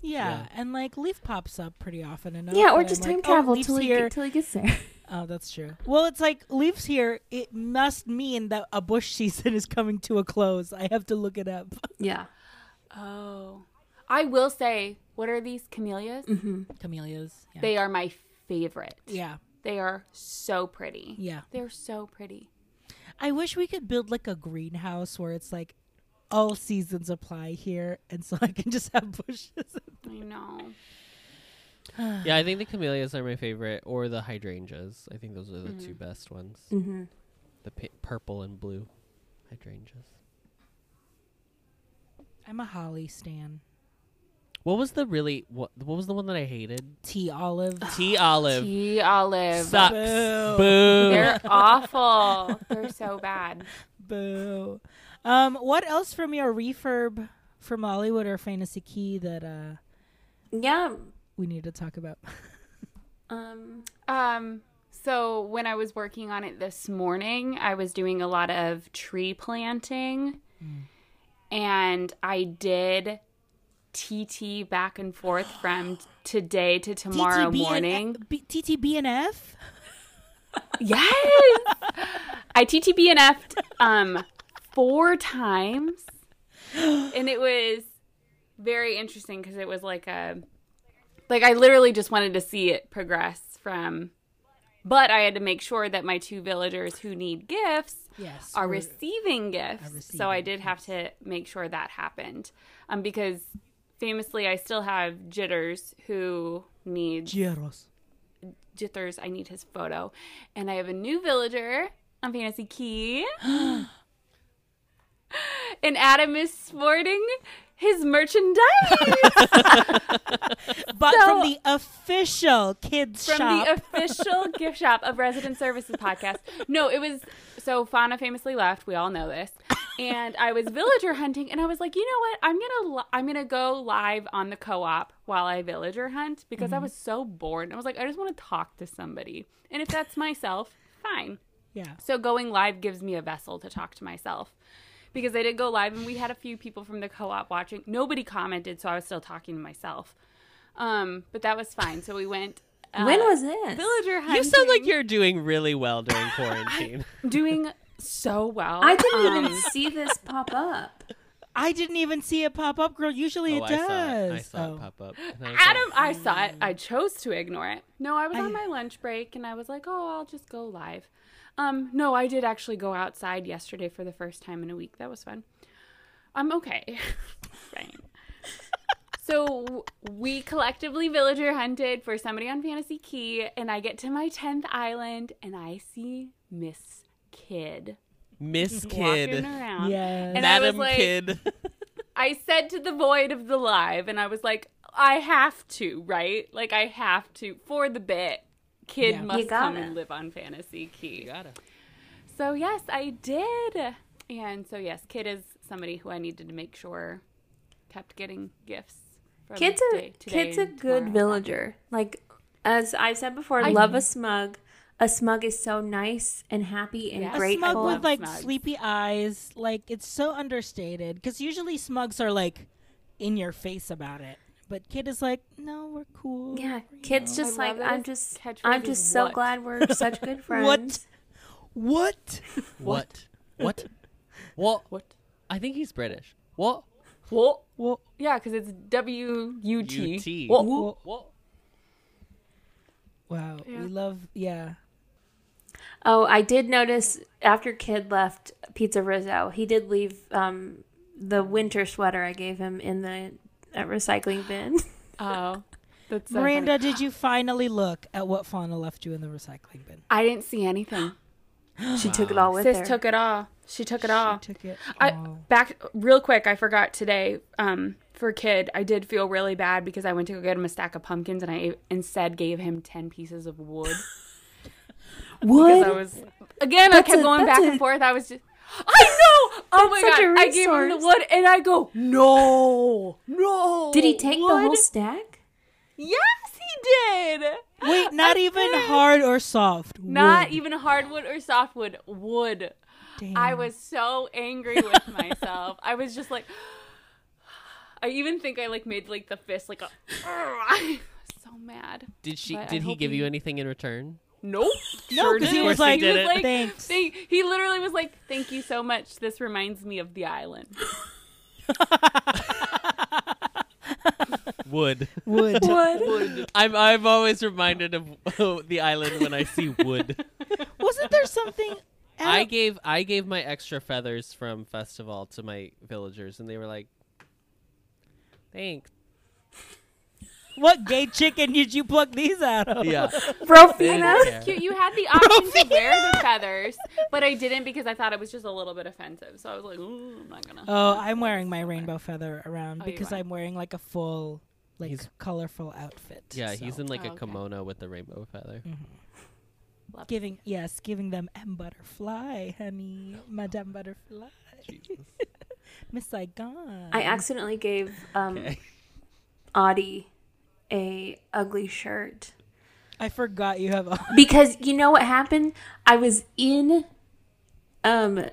S1: Yeah, and like Leaf pops up pretty often enough.
S5: yeah or
S1: that I'm
S5: just
S1: like,
S5: time
S1: "Oh,
S5: travel
S1: Leaf's
S5: till, he,
S1: here.
S5: get- till he gets there
S1: Oh, that's true. Well, it's like leaves here. It must mean that a bush season is coming to a close. I have to look it up.
S5: yeah
S4: Oh. I will say, what are these camellias?
S1: Camellias. Yeah.
S4: They are my favorite.
S1: Mm-hmm. yeah.
S4: They are so pretty.
S1: Yeah.
S4: They're so pretty.
S1: I wish we could build like a greenhouse where it's like all seasons apply here, and so I can just have bushes.
S4: I know.
S3: Yeah, I think the camellias are my favorite, or the hydrangeas. I think those are the two best ones. Mm-hmm. The pi purple and blue hydrangeas.
S1: I'm a holly stan.
S3: What was the really what? What was the one that I hated?
S1: Tea olive.
S3: Tea olive
S4: Tea olive.
S3: sucks.
S1: Boo.
S3: Boo.
S4: They're awful. They're so bad.
S1: Boo. Um, what else from your refurb from Hollywood or Fantasy Key that uh
S5: yeah
S1: we need to talk about?
S5: um
S4: Um So when I was working on it this morning, I was doing a lot of tree planting.
S1: Mm.
S4: And I did TT back and forth from today to tomorrow
S1: TTB
S4: morning.
S1: And, F- B- TTB and F?
S4: Yes. I TTBNF'd um four times. And it was very interesting because it was like a like I literally just wanted to see it progress from but I had to make sure that my two villagers who need gifts
S1: Yes.
S4: are
S1: we're-
S4: receiving gifts. so I
S1: receiving
S4: did have to make sure that happened. Um because famously I still have jitters who needs
S1: Gyros.
S4: Jithers, I need his photo. And I have a new villager on Fantasy Key. and Adam is sporting his merchandise
S1: But from
S4: So-
S1: the official kids
S4: from
S1: shop.
S4: the official gift shop of Resident Services podcast. No, it was so Fauna famously left. We all know this. And I was villager hunting, and I was like, you know what? I'm gonna li- I'm gonna go live on the co-op while I villager hunt because I was so bored. I was like, I just want to talk to somebody, and if that's myself, fine.
S1: yeah.
S4: So going live gives me a vessel to talk to myself. Because I did go live and we had a few people from the co op watching. Nobody commented, so I was still talking to myself. Um, but that was fine. So we went. Uh,
S5: when was this?
S4: Villager hunting.
S3: You sound like you're doing really well during quarantine.
S4: doing so well.
S5: I didn't
S4: Um,
S5: even see this pop up.
S1: I didn't even see it pop up, girl. Usually
S3: oh,
S1: it does.
S3: I saw it. I saw
S1: Oh.
S3: it pop up. and I was like,
S4: Adam, I saw it. I chose to ignore it. No, I was on my lunch break and I was like, oh, I'll just go live. Um, no, I did actually go outside yesterday for the first time in a week. That was fun. I'm okay. Fine. So w- we collectively villager hunted for somebody on Fantasy Key, and I get to my 10th island and I see Miss Kid
S3: Miss
S4: walking
S3: Kid,
S4: around.
S1: Yes.
S4: And I was
S3: Madam
S4: like,
S3: Kid.
S4: I said to the void of the live, and I was like, I have to, right? Like, I have to for the bit. Kid
S1: Yeah.
S5: You
S4: must
S5: gotta.
S4: come and live on Fantasy Key. So, yes, I did. And so, yes, Kid is somebody who I needed to make sure kept getting gifts. From
S5: Kids a
S4: day- today
S5: kids a
S4: and
S5: good
S4: tomorrow.
S5: villager. Like as I said before,
S4: I-
S5: love a smug. A smug is so nice and happy and
S4: Yeah.
S1: A
S5: grateful.
S1: smug with
S4: love
S1: like
S4: smugs.
S1: sleepy eyes, like it's so understated because usually smugs are like in your face about it, but kid is like, no, we're cool.
S5: yeah, kids just
S4: I love
S5: like
S4: that
S5: I'm
S4: his
S5: just
S4: catchphrase
S5: I'm
S4: is
S5: just so
S4: "What?"
S5: glad we're such good friends.
S1: What?
S3: What? What? What?
S4: What?
S3: I think he's British. What?
S4: What?
S1: What?
S4: Yeah, because it's W U T.
S3: UT.
S4: What?
S1: What?
S3: What?
S1: Wow, we love. Yeah,
S5: Oh, I did notice after Kid left Pizza Rizzo, he did leave um, the winter sweater I gave him in the uh, recycling bin.
S4: Oh. That's so "Ah." funny.
S1: Miranda, did you finally look at what Fauna left you in the recycling bin?
S4: I didn't see anything.
S5: she took it all with
S4: Sis
S5: her.
S4: took it all. She took it all.
S1: Took it.
S4: I
S5: Oh.
S1: all.
S4: back real quick. I forgot today. Um, for kid, I did feel really bad because I went to go get him a stack of pumpkins and I e, instead gave him ten pieces of wood. Because I
S5: Wood.
S4: was again, I
S5: That's
S4: kept
S5: a-
S4: going
S5: that's
S4: back
S5: a-
S4: and forth. I was just, I know. Oh my
S5: That's such
S4: god!
S5: a
S4: I gave him the
S5: resource.
S4: wood and I go, no, no.
S5: Did he take the whole
S4: wood."
S5: stack?
S4: Yes, he did.
S1: Wait, not even hard or soft.
S4: Not
S1: Wood.
S4: even hardwood or softwood. Wood.
S1: Damn.
S4: I was so angry with myself. I was just like, I even think I like made like the fist like a. I was so mad.
S3: Did she?
S4: But I
S3: did he
S4: hope
S3: give
S4: he-
S3: you anything in return?
S4: Nope.
S1: No, 'cause he
S3: did.
S1: was
S3: Of course
S1: like,
S3: he did it.
S4: like,
S1: thanks.
S4: thank- he literally was like, "Thank you so much. This reminds me of the island."
S3: Wood.
S1: Wood.
S4: Wood.
S3: I'm. I'm always reminded of the island when I see wood.
S1: Wasn't there something?
S3: I gave. I gave my extra feathers from festival to my villagers, and they were like, "Thanks."
S1: What gay chicken did you pluck these out of?
S3: Yeah.
S5: Rofina.
S4: Cute. You had the option to wear the feathers, but I didn't because I thought it was just a little bit offensive. So I was like, "Ooh, I'm not gonna."
S1: Oh, I'm wearing my rainbow feather around
S4: Oh, you
S1: because
S4: are.
S1: I'm wearing like a full, like
S3: He's-
S1: colorful outfit.
S3: Yeah. He's
S1: so.
S3: in like
S4: Oh,
S3: a
S4: okay.
S3: kimono with the rainbow feather.
S1: giving yes, giving them M butterfly, honey, Madame Butterfly,
S3: Jesus.
S1: Miss Saigon.
S5: I accidentally gave um,
S3: Okay.
S5: Audie a ugly shirt
S1: I forgot you have. A-
S5: because you know what happened? I was in um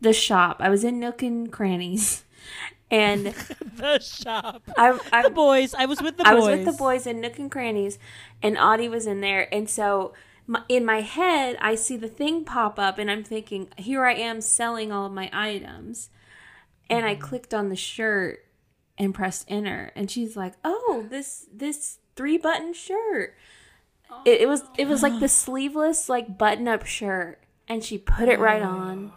S5: the shop. I was in nook and crannies, and
S1: the shop.
S5: I, I
S1: The boys. I was with the boys.
S5: I was with the boys in nook and crannies, and Audie was in there, and so. My, in my head, I see the thing pop up, and I'm thinking, here I am selling all of my items. And I clicked on the shirt and pressed enter, and she's like, "Oh, this this three button shirt." It, it was it was like the sleeveless like button up shirt, and she put it right on,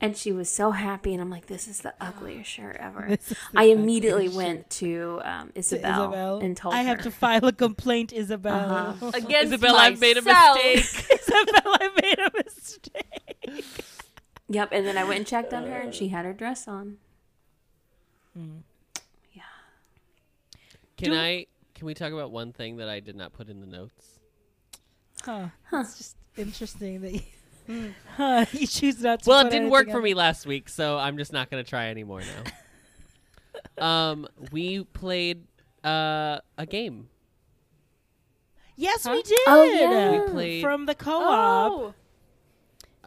S5: and she was so happy. And I'm like, "This is the ugliest shirt ever." I immediately went to um, Isabel,
S1: Isabel.
S5: and told
S1: I
S5: her. Uh-huh.
S1: have to file a complaint, Isabel.
S4: Against
S3: Isabel, I've made a
S4: myself.
S3: mistake.
S1: Isabel, I made a mistake.
S5: Yep, and then I went and checked on her, and she had her dress on.
S3: Can
S1: Do-
S3: I? Can we talk about one thing that I did not put in the notes?
S1: Huh. It's just interesting that you, huh, you choose not to.
S3: well,
S1: put
S3: it didn't work
S1: anything
S3: for
S1: on-
S3: me last week, so I'm just not going to try anymore now. um, we played uh, a game.
S1: Yes, we did.
S5: Oh, yeah.
S3: We played-
S1: from the co-op.
S4: Oh,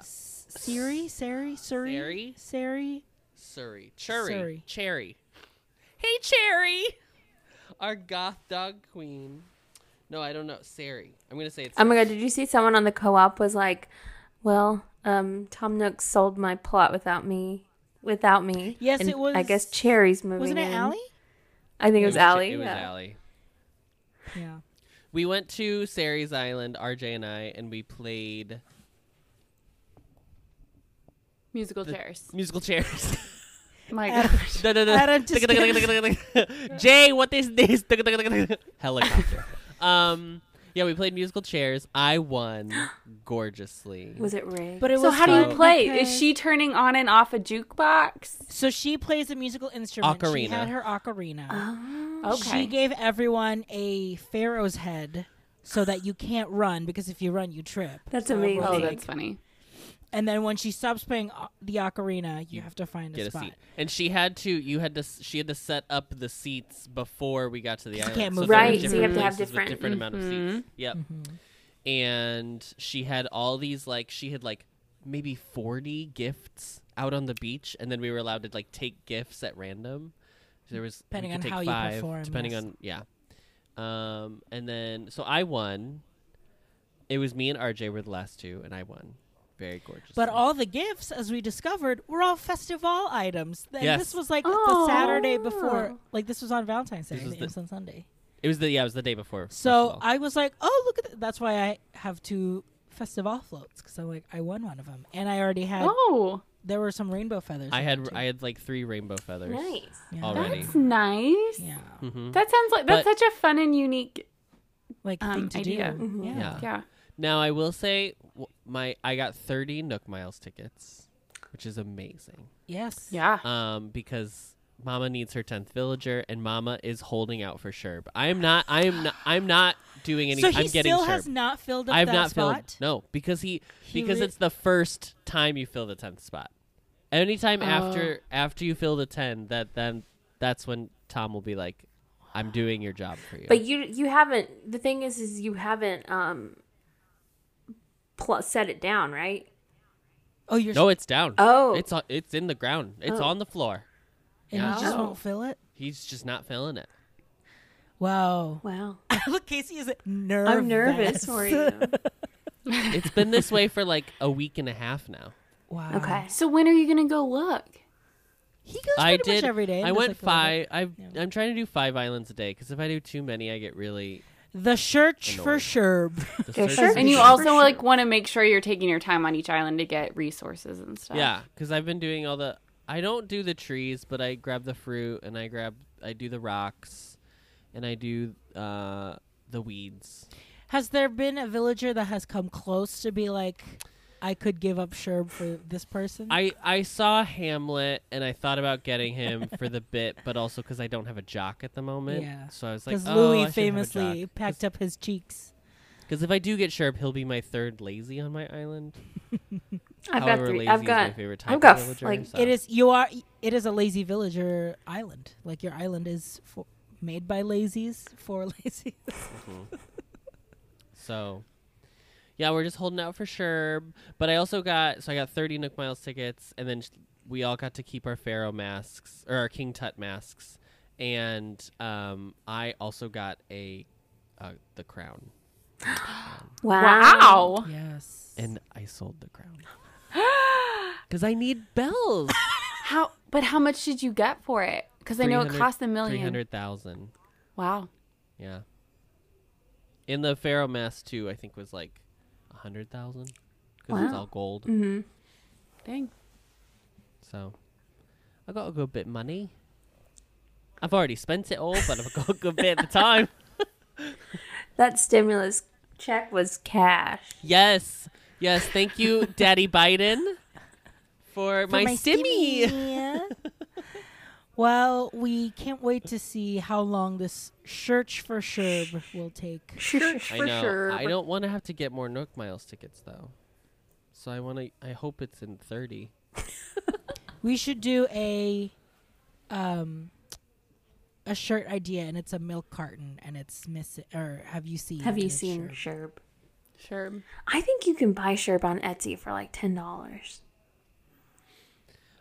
S1: Siri, Sari, Suri,
S3: Sari?
S1: Sari.
S3: Surrey. Cherry.
S1: Surrey.
S3: Cherry. Hey, Cherry! Our goth dog queen. No, I don't know. Sari. I'm going to say it's.
S5: Oh my god, did you see someone on the co op was like, Well, um, Tom Nook sold my plot without me without me.
S1: Yes,
S5: And
S1: it was-
S5: I guess Cherry's moving.
S1: Wasn't it
S5: in.
S1: Allie?
S5: I think it
S3: It
S5: was,
S3: Che-
S5: Allie.
S3: It was
S5: yeah.
S3: Allie.
S1: Yeah.
S3: We went to Sari's Island, RJ and I, and we played
S4: musical chairs.
S3: musical chairs.
S4: My
S1: Adam-
S4: God.
S3: No, no, no.
S1: Adam just-
S3: Jay, what is this? Helicopter. Um, yeah, we played musical chairs. I won gorgeously.
S5: Was it Ray?
S1: But it
S4: So
S1: was
S4: how do you
S1: fun
S4: play?
S1: because-
S4: Is she turning on and off a jukebox?
S1: So she plays a musical instrument. She
S3: Ocarina.
S1: had her ocarina.
S5: Oh,
S4: Oh, Okay.
S1: She gave everyone a pharaoh's head so that you can't run because if you run, you trip.
S5: That's
S1: So
S5: amazing.
S4: oh,
S1: everyone-
S4: that's funny.
S1: And then when she stops playing o- the ocarina, you, have to find a
S3: Get a
S1: spot.
S3: seat. And she had to. You had to. s- She had to set up the seats before we got to the
S1: you
S3: island.
S1: can't move
S3: there were
S5: Right, so you
S3: different
S5: have to have
S3: places with
S5: different- Mm-hmm.
S3: different amount of seats. Yep.
S1: Mm-hmm.
S3: And she had all these like she had like maybe forty gifts out on the beach, and then we were allowed to like take gifts at random. There was we
S1: Depending
S3: could
S1: on
S3: take
S1: how you
S3: five,
S1: perform,
S3: Depending
S1: yes.
S3: on yeah. Um, and then so I won. It was me and RJ were the last two, and I won. Very gorgeous.
S1: But all the gifts, as we discovered, were all festival items. And
S3: Yes.
S1: this was like the Saturday
S4: Oh.
S1: before, like this was on Valentine's Day,
S3: This was
S1: and it
S3: the-
S1: was on Sunday.
S3: it was the yeah it was the day before.
S1: So
S3: festival.
S1: I was like, oh, look at th-. that's why I have two festival floats because I'm like, I won one of them, and I already had.
S4: Oh,
S1: There were some rainbow feathers.
S3: I
S1: in
S3: had
S1: there, too.
S3: I had like three rainbow feathers
S5: nice.
S1: Yeah.
S3: already.
S4: that's nice.
S1: yeah,
S3: Mhm.
S4: That sounds like that's
S3: But-
S4: such a fun and unique.
S1: like thing
S4: Um,
S1: to
S4: idea.
S1: do.
S5: Mhm.
S1: Yeah.
S3: Yeah.
S4: Yeah.
S3: Now I will say w- my I got 30 Nook Miles tickets, which is amazing.
S1: Yes.
S4: Yeah.
S3: Um because Mama needs her 10th villager and Mama is holding out for Sherb. I am not I am not I'm not doing any
S1: So
S3: I'm
S1: he
S3: getting
S1: still
S3: Sherb.
S1: has not filled up
S3: I've
S1: that
S3: not
S1: spot.
S3: filled No, because he,
S1: He
S3: because
S1: re-
S3: it's the first time you fill the 10th spot. Anytime
S1: Oh.
S3: after after you fill the 10 that then that's when Tom will be like I'm doing your job for you.
S5: But you you haven't the thing is is you haven't um pl- set it down, right?
S1: Oh, you're
S3: no, it's down.
S5: Oh.
S3: it's on, it's in the ground.
S1: Oh.
S3: It's on the floor.
S1: and you just
S5: No.
S1: won't fill it.
S3: He's just not feeling it.
S1: Wow.
S5: Wow.
S1: Look, Casey is nervous.
S5: I'm nervous for you.
S3: It's been this way for like a week and a half now.
S1: Wow.
S5: Okay.
S4: So when are you gonna go look?
S1: He goes pretty
S3: I did.
S1: much every day. and
S3: I
S1: does,
S3: went
S1: like, a little
S3: five. I
S1: Yeah.
S3: I'm trying to do five islands a day because if I do too many, I get really.
S1: bit. The search for
S3: Annoyed.
S1: Sherb.
S3: The
S5: Yeah,
S3: surge
S5: sure.
S3: is
S4: And you
S5: sure.
S3: really-
S4: also
S5: For sure.
S4: like want to make sure you're taking your time on each island to get resources and stuff.
S3: Yeah, because I've been doing all the. I don't do the trees, but I grab the fruit and I grab. I do the rocks, and I do uh the weeds.
S1: Has there been a villager that has come close to be like, I could give up Sherb for this person?
S3: I I saw Hamlet and I thought about getting him for the bit, but also because I don't have a jock at the moment.
S1: Yeah.
S3: So I was like,
S1: Because
S3: oh, I should
S1: Louis
S3: have a
S1: famously
S3: jock." 'Cause-
S1: packed up his cheeks.
S3: Because if I do get Sherb, he'll be my third lazy on my island.
S5: I've got
S3: However,
S5: three
S3: lazy
S5: I've
S3: is
S5: got
S3: my favorite type
S5: I've
S3: of
S5: got
S3: villager,
S5: like
S3: so-
S1: It is you are. It is a lazy villager island. Like your island is for, made by lazies for lazies.
S3: So, yeah, we're just holding out for sure. But I also got so I got 30 Nook Miles tickets, and then sh- we all got to keep our Pharaoh masks or our King Tut masks, and um, I also got a uh, the crown,
S5: Wow.
S4: Wow.
S1: Yes.
S3: and I sold the crown because I need bells.
S4: How? But how much did you get for it? Because I know it
S3: 300
S4: cost a million.
S3: 300,000.
S4: Wow.
S3: Yeah. In the Pharaoh Mass too, I think was like a hundred thousand because it's
S5: Wow.
S3: all gold.
S4: Dang.
S3: So I got a good bit of money. I've already spent it all, but I've got a good bit at the time.
S5: That stimulus check was cash.
S3: Yes, yes. Thank you, Daddy Biden, for, my, stimmy.
S1: well, we can't wait to see how long this search for Sherb will take.
S3: I know. I don't want to have to get more Nook Miles tickets though. So I want to. I hope it's in thirty.
S1: We should do a um a shirt idea and it's a milk carton and it's missing or have you seen
S5: Have you
S1: it is
S5: seen
S1: Sherb.
S5: Sherb?
S4: Sure.
S5: I think you can buy Sherb on Etsy for like ten dollars.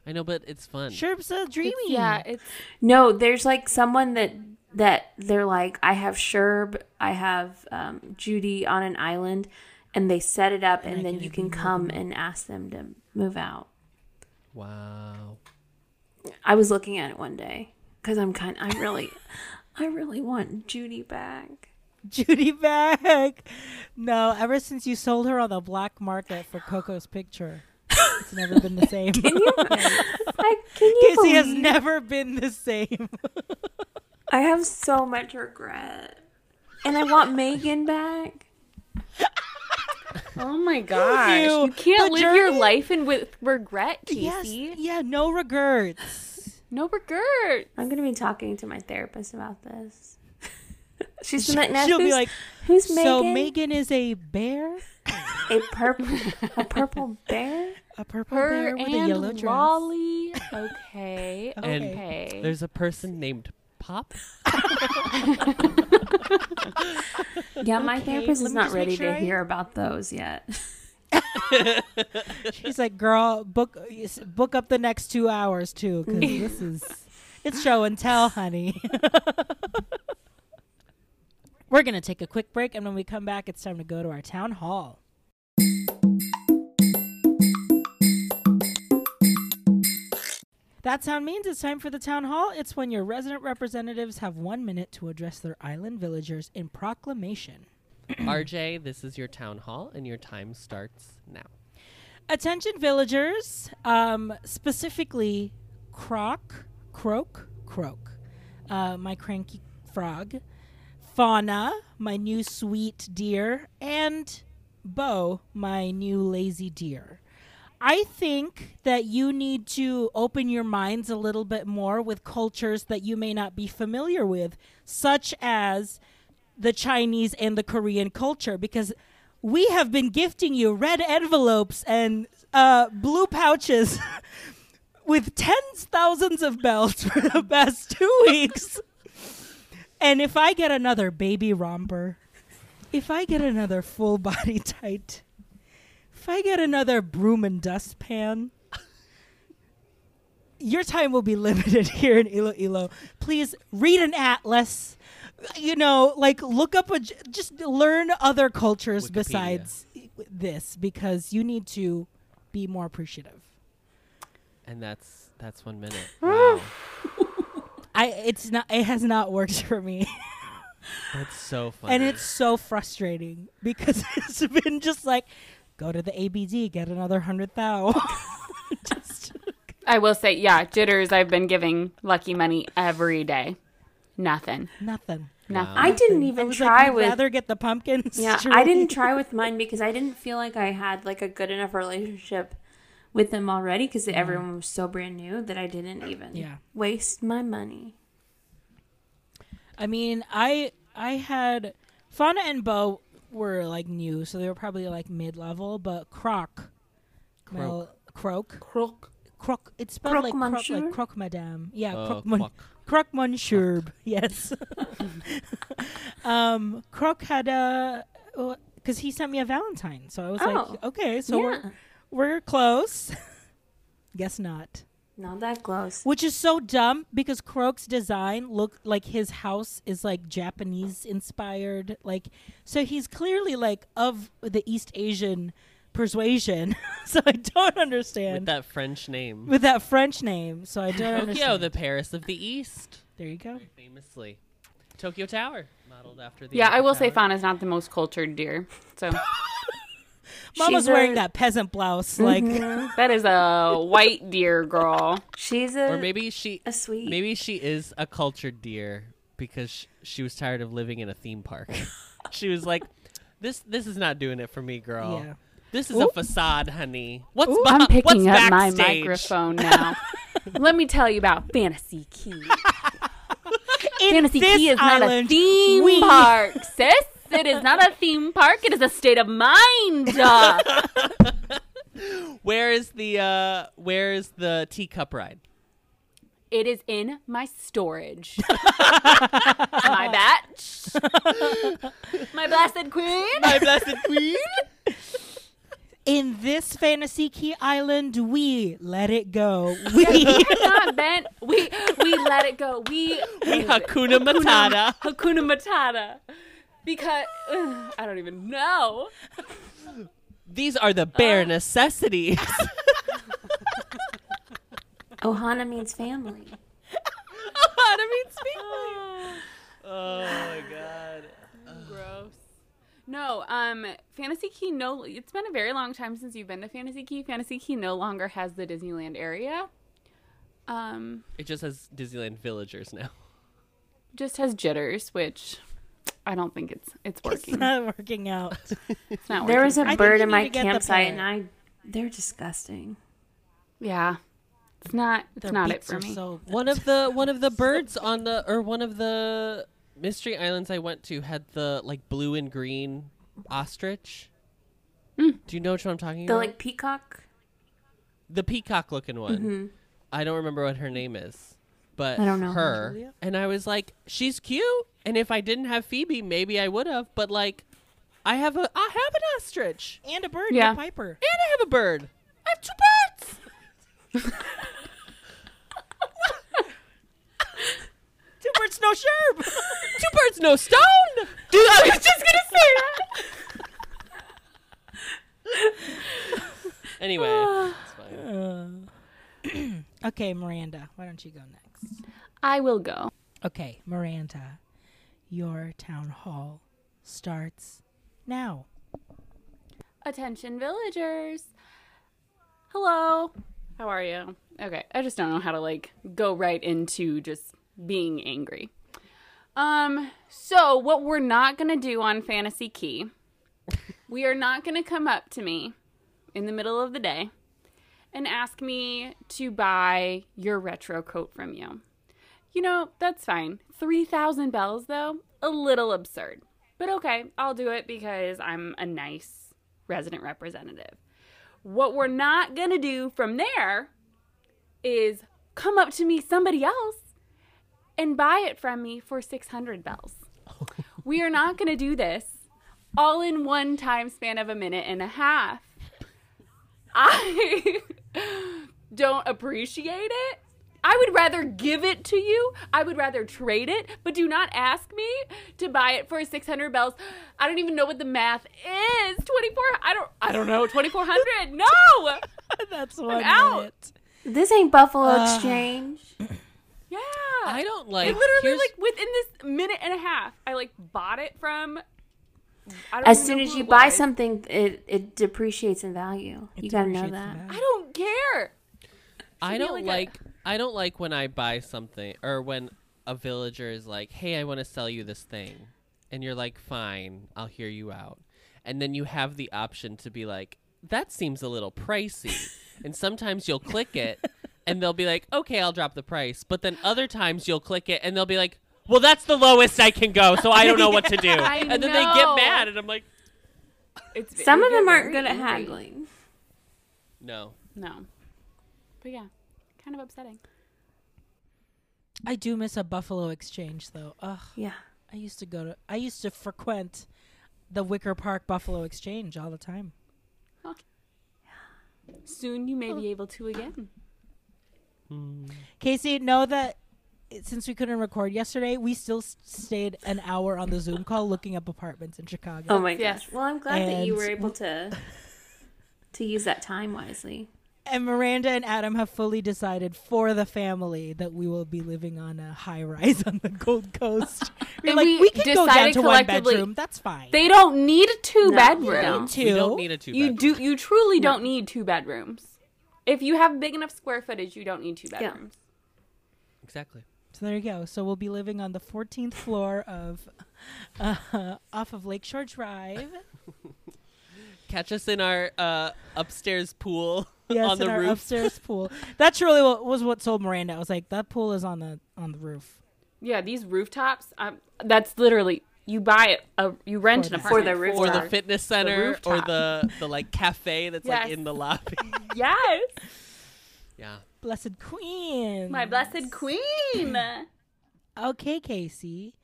S3: I know, but it's fun.
S1: Sherb's a dreamy.
S4: It's- yeah. It's
S5: No, there's like someone that that they're like, I have Sherb, I have um, Judy on an island, and they set it up, and, then you can come and ask them to move out.
S3: Wow.
S5: I was looking at it one day because I'm kind. I really, I really want Judy back.
S1: Judy back. No, ever since you sold her on the black market for Coco's picture, it's never been the same.
S5: Can you? I, can you
S1: Casey has
S5: believe-
S1: never been the same.
S5: I have so much regret, and I want Megan back.
S4: Oh my gosh.
S1: you.
S4: You, can't
S1: The
S4: live your
S1: journey-
S4: life and with regret, Casey.
S1: yes. Yeah, no regrets.
S4: No regret.
S5: I'm gonna be talking to my therapist about this. She's gonna like,
S1: She'll
S5: who's,
S1: be like,
S5: "Who's Megan?
S1: so Megan is a bear,
S5: a purple, a purple bear."
S1: a purple
S4: Her
S1: bear with a yellow
S4: and
S1: dress.
S4: Lolly. Okay.
S3: And
S4: Okay.
S3: there's a person named Pop.
S5: Yeah, my therapist
S1: let
S5: is
S1: me
S5: not
S1: just make
S5: ready
S1: sure
S5: to
S1: I-
S5: hear about those yet.
S1: She's like, girl, book yes, book up the next two hours too, because this is it's show and tell, honey. We're gonna take a quick break, and when we come back, it's time to go to our town hall. That sound means it's time for the town hall. It's when your resident representatives have one minute to address their island villagers in proclamation.
S3: RJ, this is your town hall, and your time starts now.
S1: Attention villagers, um, specifically croc, croak, croak, uh, my cranky frog, fauna, my new sweet deer, and Bo, my new lazy deer. I think that you need to open your minds a little bit more with cultures that you may not be familiar with, such as the Chinese and the Korean culture because we have been gifting you red envelopes and uh, blue pouches with tens thousands of bells for the past two weeks. and if I get another baby romper, if I get another full body tight, if I get another broom and dustpan, your time will be limited here in Iloilo. Please read an atlas. You know, like look up a j- just learn other cultures
S3: Wikipedia.
S1: besides this because you need to be more appreciative.
S3: And that's that's one minute. Wow.
S1: I it's not it has not worked for me.
S3: That's so funny.
S1: and it's so frustrating because it's been just like go to the ABD, get another 100 thou. just
S4: I will say, yeah, jitters I've been giving lucky money every day. Nothing.
S1: nothing.
S4: Nothing.
S5: I didn't
S1: I
S5: even
S1: was like,
S5: try
S1: you'd
S5: with.
S1: rather get the pumpkins.
S5: yeah,
S1: to
S5: I
S1: really-
S5: didn't try with mine because I didn't feel like I had like a good enough relationship with them already because everyone was so brand new that I didn't even
S1: Uh, Yeah.
S5: waste my money.
S1: I mean, I I had Fauna and Bo were like new, so they were probably like mid level, but Croc, well, Croak,
S3: crook.
S1: Croc. It's spelled
S5: Croc
S1: like Croc,
S5: monsieur?
S1: like Croc Madame. Yeah,
S3: Oh,
S1: Croc, mon-
S3: croc.
S1: Croc Moncherb. Yes. um, Croc had a because he sent me a Valentine. So I was
S5: Oh.
S1: like, okay, so
S5: Yeah.
S1: we're we're close. Guess not.
S5: Not that close.
S1: Which is so dumb because Croak's design look like his house is like Japanese inspired. Like so he's clearly like of the East Asian persuasion. so I don't
S3: with
S1: understand
S3: that French name.
S1: with that French name. So I don't
S3: Tokyo,
S1: understand.
S3: the Paris of the East,
S1: there you go.
S3: famously. Tokyo Tower, modeled after the.
S4: Yeah, I
S3: Eiffel
S4: will say
S3: Tower.
S4: Fana's not the most cultured deer. So
S1: Mama's
S5: She's a-
S1: wearing that peasant blouse.
S5: Mm-hmm.
S1: Like
S4: that is a white deer girl.
S5: She's a
S3: Or maybe she,
S5: a sweet.
S3: maybe she is a cultured deer because sh- she was tired of living in a theme park. she was like, "This, this is not doing it for me, girl.
S1: Yeah.
S3: This is
S1: Ooh.
S3: a facade, honey. What's behi-
S4: I'm picking
S3: what's
S4: up my
S3: backstage?
S4: microphone now. Let me tell you about Fantasy Key. Fantasy
S1: this
S4: Key is not a
S1: island,
S4: theme
S1: we-
S4: park, sis. It is not a theme park. It is a state of mind. Uh,
S3: Where is the, uh, where is the teacup ride?
S4: it is in my storage. my batch. My blasted queen.
S3: My blessed queen.
S1: in this fantasy key island, we let it go. We
S4: not bent. We we let it go. We
S3: We Hakuna Matata.
S4: Hakuna Matata. Because ugh, I don't even know.
S3: These are the bare necessities.
S5: Ohana means family.
S3: Oh my god.
S4: Gross. No, um, Fantasy Key no. It's been a very long time since you've been to Fantasy Key. Fantasy Key no longer has the Disneyland area. Um,
S3: It just has Disneyland villagers now.
S4: just has jitters, which I don't think it's it's working.
S1: it's not working out.
S4: It's not
S5: There
S4: working.
S5: was a
S1: think
S5: bird
S1: you
S5: in
S1: need
S5: my
S1: to get the
S5: campsite, and
S1: part.
S5: I. They're disgusting.
S4: yeah. It's not. It's
S1: Their
S4: not it
S1: beaks
S4: for
S1: are
S4: me.
S1: so-
S3: One of the one of the birds on the or one of the mystery islands I went to had the like blue and green ostrich. Do you know which one I'm talking
S5: Hmm. The
S3: about?
S5: like peacock.
S3: the peacock looking one. I don't remember what her name is, but
S5: Mm-hmm. I don't know.
S3: her.
S1: Julia?
S3: And I was like, she's cute. And if I didn't have Phoebe, maybe I would have. But like, I have a I have an ostrich
S1: and a bird,
S4: Yeah.
S1: and a piper.
S3: and I have a bird. I have two birds.
S1: Two birds, no sherb.
S3: Two birds, no stone. Dude, I was just gonna say that. anyway, it's fine.
S1: okay, Miranda, why don't you go next?
S4: I will go.
S1: Okay, Miranda, your town hall starts now.
S4: Attention villagers. Hello. How are you? Okay, I just don't know how to like go right into just being angry. Um, so what we're not going to do on Fantasy Key, we are not going to come up to me in the middle of the day and ask me to buy your retro coat from you. You know, that's fine. 3,000 bells though, a little absurd. But okay, I'll do it because I'm a nice resident representative. What we're not going to do from there is come up to me, somebody else, and buy it from me for 600 bells. we are not going to do this all in one time span of a minute and a half. I don't appreciate it. I would rather give it to you. I would rather trade it, but do not ask me to buy it for 600 bells. I don't even know what the math is. 24 I don't I don't know. 2400. No.
S1: That's one
S4: out.
S1: minute.
S5: This ain't Buffalo Exchange.
S4: Yeah.
S3: I don't like.
S4: it literally
S3: here's-
S4: like within this minute and a half, I like bought it from I don't
S5: As
S4: even
S5: soon
S4: know
S5: as
S4: who
S5: you
S4: it
S5: buy
S4: was.
S5: something, it it depreciates in value. you gotta know that.
S4: I don't care.
S3: I
S4: be
S3: don't
S4: like
S3: like,
S4: a-
S3: I I don't like when I buy something or when a villager is like, "Hey, I want to sell you this thing." And you're like, "Fine, I'll hear you out." And then you have the option to be like, "That seems a little pricey." and sometimes you'll click it and they'll be like, "Okay, I'll drop the price." But then other times you'll click it and they'll be like, "Well, that's the lowest I can go, so I don't know what to do."
S4: I
S3: and then they get
S4: know.
S3: mad and I'm like,
S4: It's
S5: Some
S4: you
S5: of
S4: get
S5: them aren't
S4: very
S5: good at
S4: angry.
S5: haggling.
S3: "No."
S4: No. But yeah, kind of upsetting.
S1: I do miss a Buffalo Exchange though. Ugh,
S5: Yeah.
S1: I used to go to. I used to frequent the Wicker Park Buffalo Exchange all the time.
S4: Soon you may be able to again.
S1: Casey, know that since we couldn't record yesterday, we still s- stayed an hour on the Zoom call looking up apartments in Chicago.
S5: Oh my gosh.
S4: Yes.
S5: Well, I'm glad that you
S1: And-
S5: were able to to use that time wisely.
S1: And Miranda and Adam have fully decided for the family that we will be living on a high rise on the Gold Coast. We're
S4: And
S1: like,
S4: we
S1: we can go down
S4: decided
S1: to one
S4: collectively-
S1: bedroom. That's fine.
S4: They don't need two
S5: No,
S4: bedrooms.
S1: Two.
S3: We don't need a two.
S4: You do. You truly don't need two bedrooms. If you have big enough square footage, you don't need two bedrooms.
S3: exactly.
S1: so there you go. So we'll be living on the 14th floor of uh, off of Lakeshore Drive.
S3: Catch us in our uh, upstairs pool
S1: Yes,
S3: on
S1: in
S3: the
S1: our
S3: roof.
S1: upstairs pool. That's really what was what sold Miranda. I was like, that pool is on the on the roof.
S4: Yeah, these rooftops. Um, that's literally you buy it. A, you rent
S1: For
S4: an
S1: the-
S5: For
S4: apartment
S5: the
S3: or the
S5: rooftop.
S3: fitness center or
S4: rooftop.
S3: the the like cafe that's
S4: Yes.
S3: like in the lobby.
S4: Yes,
S3: yeah.
S1: Blessed Queen.
S4: my blessed queen.
S1: Mm. Okay, Casey.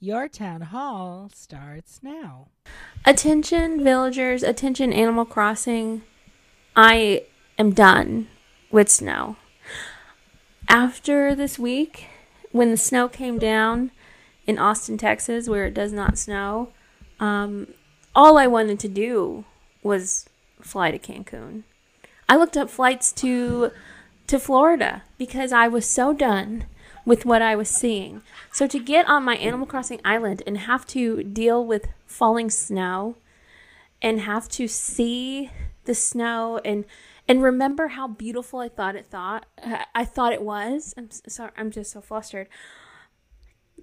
S1: Your town hall starts now.
S5: Attention villagers, attention Animal Crossing. I am done with snow. After this week, when the snow came down in Austin, Texas, where it does not snow, um, all I wanted to do was fly to Cancun. I looked up flights to to Florida because I was so done with what I was seeing. So to get on my Animal Crossing island and have to deal with falling snow and have to see the snow and and remember how beautiful I thought it thought I I thought it was. I'm s- sorry, I'm just so flustered.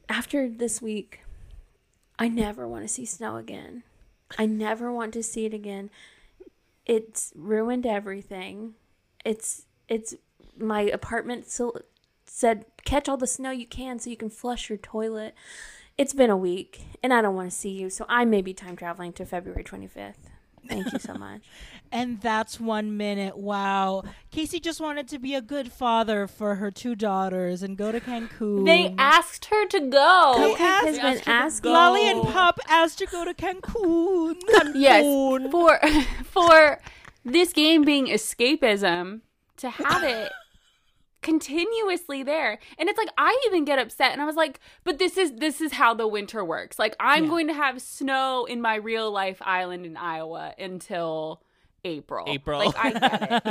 S5: After this week, I never want to see snow again. I never want to see it again. It's ruined everything. It's it's my apartment so said catch all the snow you can so you can flush your toilet. It's been a week and I don't want to see you, so I may be time traveling to February 25th. Thank you so much.
S1: And that's one minute. Wow. Casey just wanted to be a good father for her two daughters and go to Cancun.
S4: They asked her to go.
S1: They asked-
S5: has been asking
S1: Lolly and Pop asked to go to Cancun.
S4: Oh. Um, Yes, for for this game being escapism to have it continuously there and it's like i even get upset and i was like but this is this is how the winter works like i'm going to have snow in my real life island in iowa until april
S3: April.
S4: like i get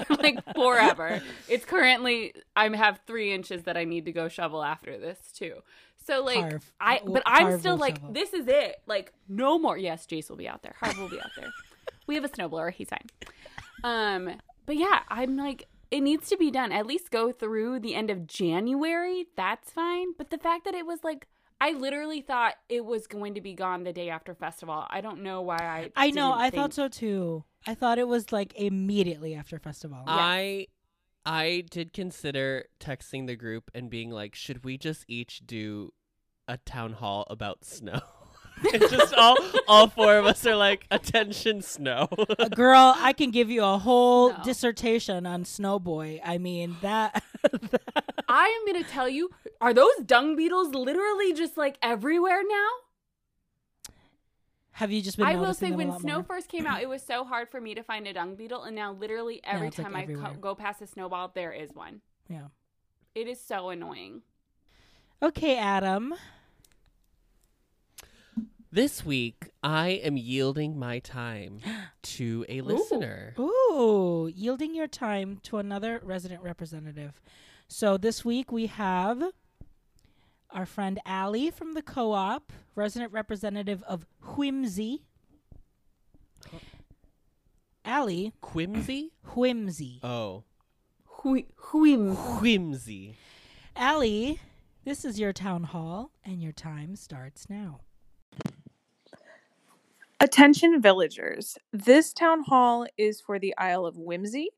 S4: it like forever it's currently i have three inches that i need to go shovel after this too so like
S1: Harv.
S4: i
S1: Well,
S4: but i'm
S1: Harv
S4: still
S1: will
S4: like
S1: shovel.
S4: this is it like no more yes jace will be out there harv will be out there we have a snowblower he's fine um, but yeah, I'm like, it needs to be done. At least go through the end of January. That's fine. But the fact that it was like, I literally thought it was going to be gone the day after festival. I don't know why I.
S1: I know.
S4: didn't
S1: I thought
S4: think-
S1: so too. I thought it was like immediately after festival.
S4: Uh.
S3: I I did consider texting the group and being like, should we just each do a town hall about snow? and just all all four of us are like, attention snow.
S1: Girl, I can give you a whole
S4: No.
S1: dissertation on Snowboy. I mean that.
S4: I am going to tell you are those dung beetles literally just like everywhere now?
S1: Have you just been?
S4: I will
S1: noticing
S4: say
S1: them a
S4: when
S1: lot
S4: snow
S1: more?
S4: first came out, it was so hard for me to find a dung beetle. And now literally every
S1: it's, like,
S4: time I co-
S1: everywhere.
S4: go past a snowball, there is one.
S1: Yeah.
S4: It is so annoying.
S1: Okay, Adam.
S3: this week I am yielding my time to a listener.
S1: Ooh, yielding your time to another resident representative. So this week we have our friend Allie from the co-op, resident representative of Whimsy. Allie
S3: Quimsy?
S1: Whimsy.
S3: Oh.
S4: Hui- huim.
S3: Quimsy.
S1: Allie, this is your town hall, and your time starts now.
S6: Attention villagers. This town hall is for the Isle of Whimsy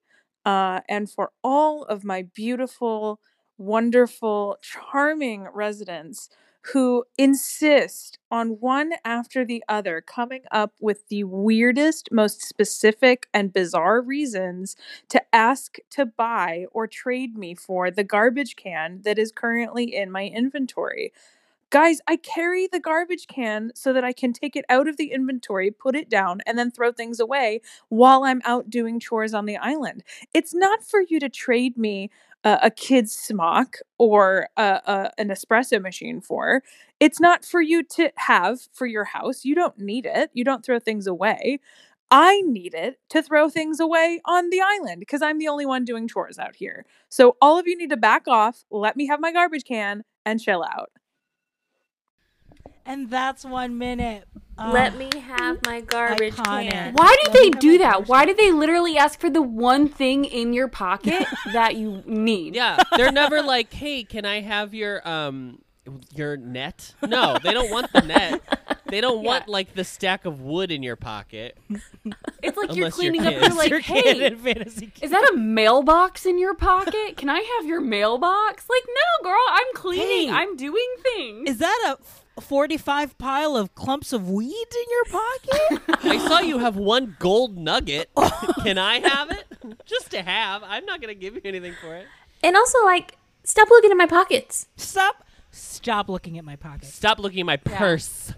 S6: uh, and for all of my beautiful, wonderful, charming residents who insist on one after the other coming up with the weirdest, most specific, and bizarre reasons to ask to buy or trade me for the garbage can that is currently in my inventory. Guys, I carry the garbage can so that I can take it out of the inventory, put it down, and then throw things away while I'm out doing chores on the island. It's not for you to trade me uh, a kid's smock or uh, uh, an espresso machine for. It's not for you to have for your house. You don't need it. You don't throw things away. I need it to throw things away on the island because I'm the only one doing chores out here. So all of you need to back off, let me have my garbage can, and chill out.
S1: And that's one minute. Uh,
S5: Let me have my garbage
S1: iconic.
S5: can.
S1: What?
S4: Why do
S1: Let me
S4: they
S1: have
S4: do
S1: my
S4: that?
S1: garbage
S4: Why do they literally ask for the one thing in your pocket that you need?
S3: Yeah, they're never like, "Hey, can I have your um your net?" No, they don't want the net. They don't want like the stack of wood in your pocket.
S4: It's like you're
S3: Unless your
S4: cleaning up.
S3: kid-
S4: You're like,
S1: your kid
S4: hey,
S1: in fantasy
S4: is that a mailbox in your pocket? Can I have your mailbox? Like, no, girl, I'm cleaning.
S1: Hey.
S4: I'm doing things.
S1: Is that a 45 pile of clumps of weed in your pocket?
S3: I saw you have one gold nugget. Can I have it? Just to have. I'm not gonna give you anything for it.
S5: And also, like, stop looking in my pockets.
S1: stop stop looking at my pocket.
S3: Stop looking at my purse.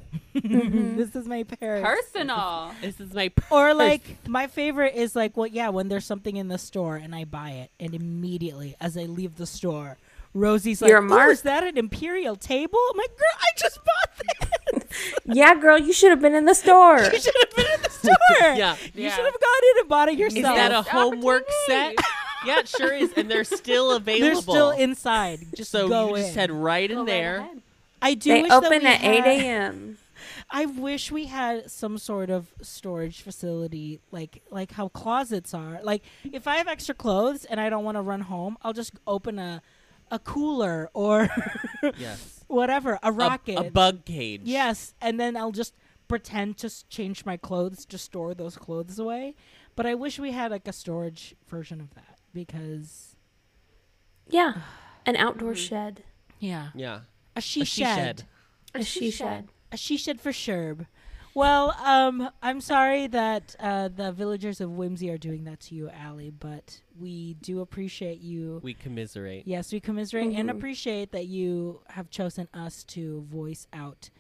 S5: Mm-hmm.
S1: this is my parents.
S4: Personal.
S3: This is my purse.
S1: Or like my favorite is like well yeah, when there's something in the store and I buy it and immediately as I leave the store, Rosie's like,
S5: You're a
S1: "Oh,
S5: mark."
S1: is that an imperial table?" I'm like, "Girl, I just bought this."
S5: Yeah, girl, you should have been in the store.
S1: you should have been at the store.
S3: Yeah.
S1: You
S4: Yeah.
S1: should have gone in and bought it
S3: Is
S1: yourself.
S3: that a homework set?
S4: opportunity.
S3: yeah, it sure is. And they're still available.
S1: they're still inside. Just
S3: So
S1: go
S3: you just
S1: in.
S3: head right in
S4: Go right
S3: there.
S4: ahead.
S1: I do
S5: They
S1: wish that
S5: open
S1: we
S5: at 8
S1: had-
S5: a.m.
S1: I wish we had some sort of storage facility, like like how closets are. Like if I have extra clothes and I don't want to run home, I'll just open a a cooler or
S3: Yes.
S1: whatever, a
S3: A-
S1: rocket.
S3: A, bug cage.
S1: Yes, and then I'll just pretend to s- change my clothes to store those clothes away. But I wish we had like a storage version of that because
S5: Yeah, an outdoor
S1: Mm.
S5: shed.
S1: yeah,
S3: Yeah.
S1: a she
S3: A she shed.
S5: A she shed.
S1: A she shed for Sherb. Well, um, I'm sorry that uh, the villagers of Whimsy are doing that to you, Allie, but we do appreciate you.
S3: We commiserate.
S1: Yes, we commiserate and appreciate that you have chosen us to voice out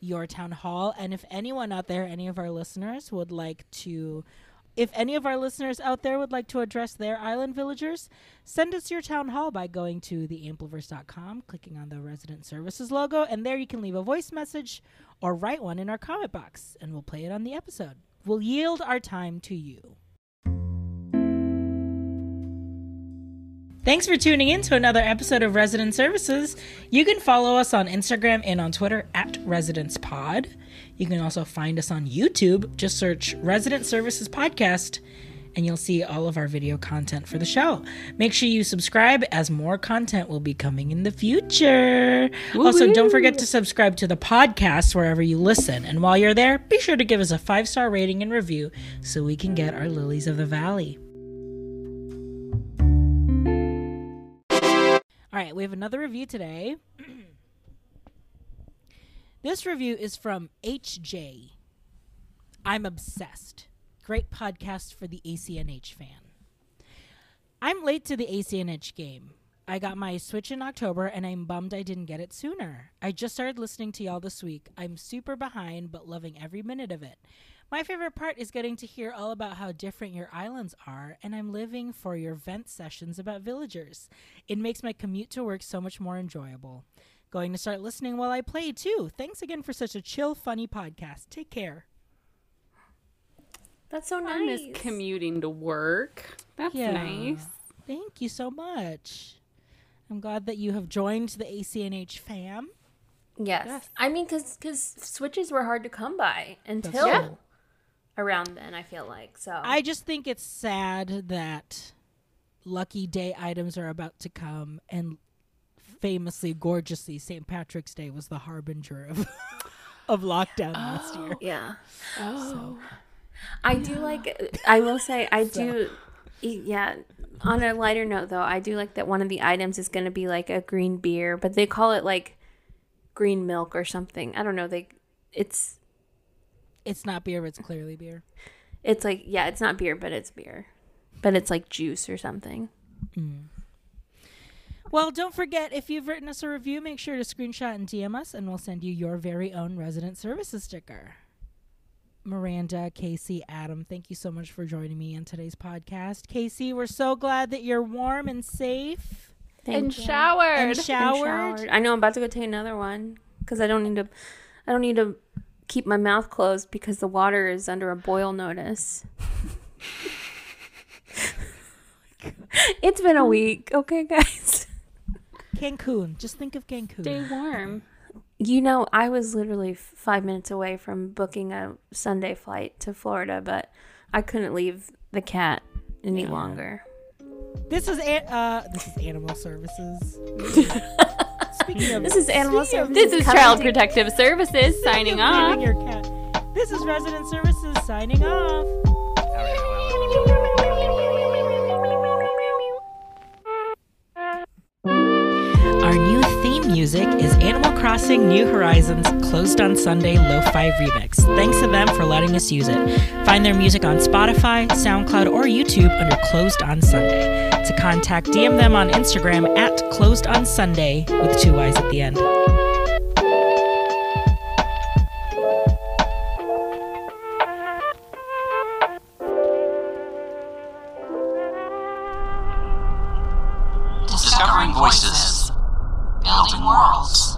S1: your town hall. And if anyone out there, any of our listeners, would like to. If any of our listeners out there would like to address their island villagers, send us your town hall by going to theampliverse.com, clicking on the resident services logo, and there you can leave a voice message or write one in our comment box, and we'll play it on the episode. We'll yield our time to you. Thanks for tuning in to another episode of Resident Services. You can follow us on Instagram and on Twitter at Residence Pod. You can also find us on YouTube. Just search Resident Services Podcast and you'll see all of our video content for the show. Make sure you subscribe as more content will be coming in the future. Also, don't forget to subscribe to the podcast wherever you listen. And while you're there, be sure to give us a five star rating and review so we can get our lilies of the valley. All right, we have another review today. this review is from HJ. I'm obsessed. Great podcast for the ACNH fan. I'm late to the ACNH game. I got my Switch in October and I'm bummed I didn't get it sooner. I just started listening to y'all this week. I'm super behind but loving every minute of it. My favorite part is getting to hear all about how different your islands are, and I'm living for your vent sessions about villagers. It makes my commute to work so much more enjoyable. Going to start listening while I play too. Thanks again for such a chill, funny podcast. Take care.
S5: That's so
S4: I miss
S5: nice.
S4: commuting to work. That's
S1: Yeah.
S4: nice.
S1: Thank you so much. I'm glad that you have joined the ACNH fam.
S4: Oh.
S5: yes. I mean, because switches were hard to come by until
S1: true.
S5: around then, I feel like. So
S1: I just think it's sad that lucky day items are about to come and famously gorgeously St. Patrick's Day was the harbinger of of lockdown last
S4: Oh.
S1: year.
S5: Yeah. I do like. I will say I do. e- Yeah. On a lighter note, though, I do like that one of the items is going to be like a green beer, but they call it like green milk or something. I don't know. They. It's.
S1: It's not beer, but it's clearly beer.
S5: It's like yeah. It's not beer, but it's beer. But it's like juice or something.
S1: Well, don't forget if you've written us a review, make sure to screenshot and DM us, and we'll send you your very own resident services sticker. Miranda, Casey, Adam, thank you so much for joining me on today's podcast. Casey, we're so glad that you're warm and safe
S5: Thank
S4: and
S5: you.
S4: showered.
S1: and
S5: And
S1: showered.
S5: showered. I know I'm about to go take another one because I don't need to. I don't need to keep my mouth closed because the water is under a boil notice. it's been a week, okay, guys.
S1: Cancun. Just think of Cancun.
S4: Stay warm.
S5: You know, I was literally f- five minutes away from booking a Sunday flight to Florida, but I couldn't leave the cat any longer.
S1: This is an- uh, this is animal services. Speaking of
S5: This is animal
S1: Speaking of-
S5: services.
S4: This is
S5: coming
S4: Child
S5: to-
S4: Protective Services signing
S1: speaking
S4: off.
S1: of leaving your cat. This is resident services signing off. Our new theme music is Animal Crossing New Horizons Closed on Sunday Lo-Fi Remix. Thanks to them for letting us use it. Find their music on Spotify, SoundCloud, or YouTube under Closed on Sunday. To contact, DM them on Instagram at Closed on Sunday with two Y's at the end.
S7: Discovering voices, building worlds.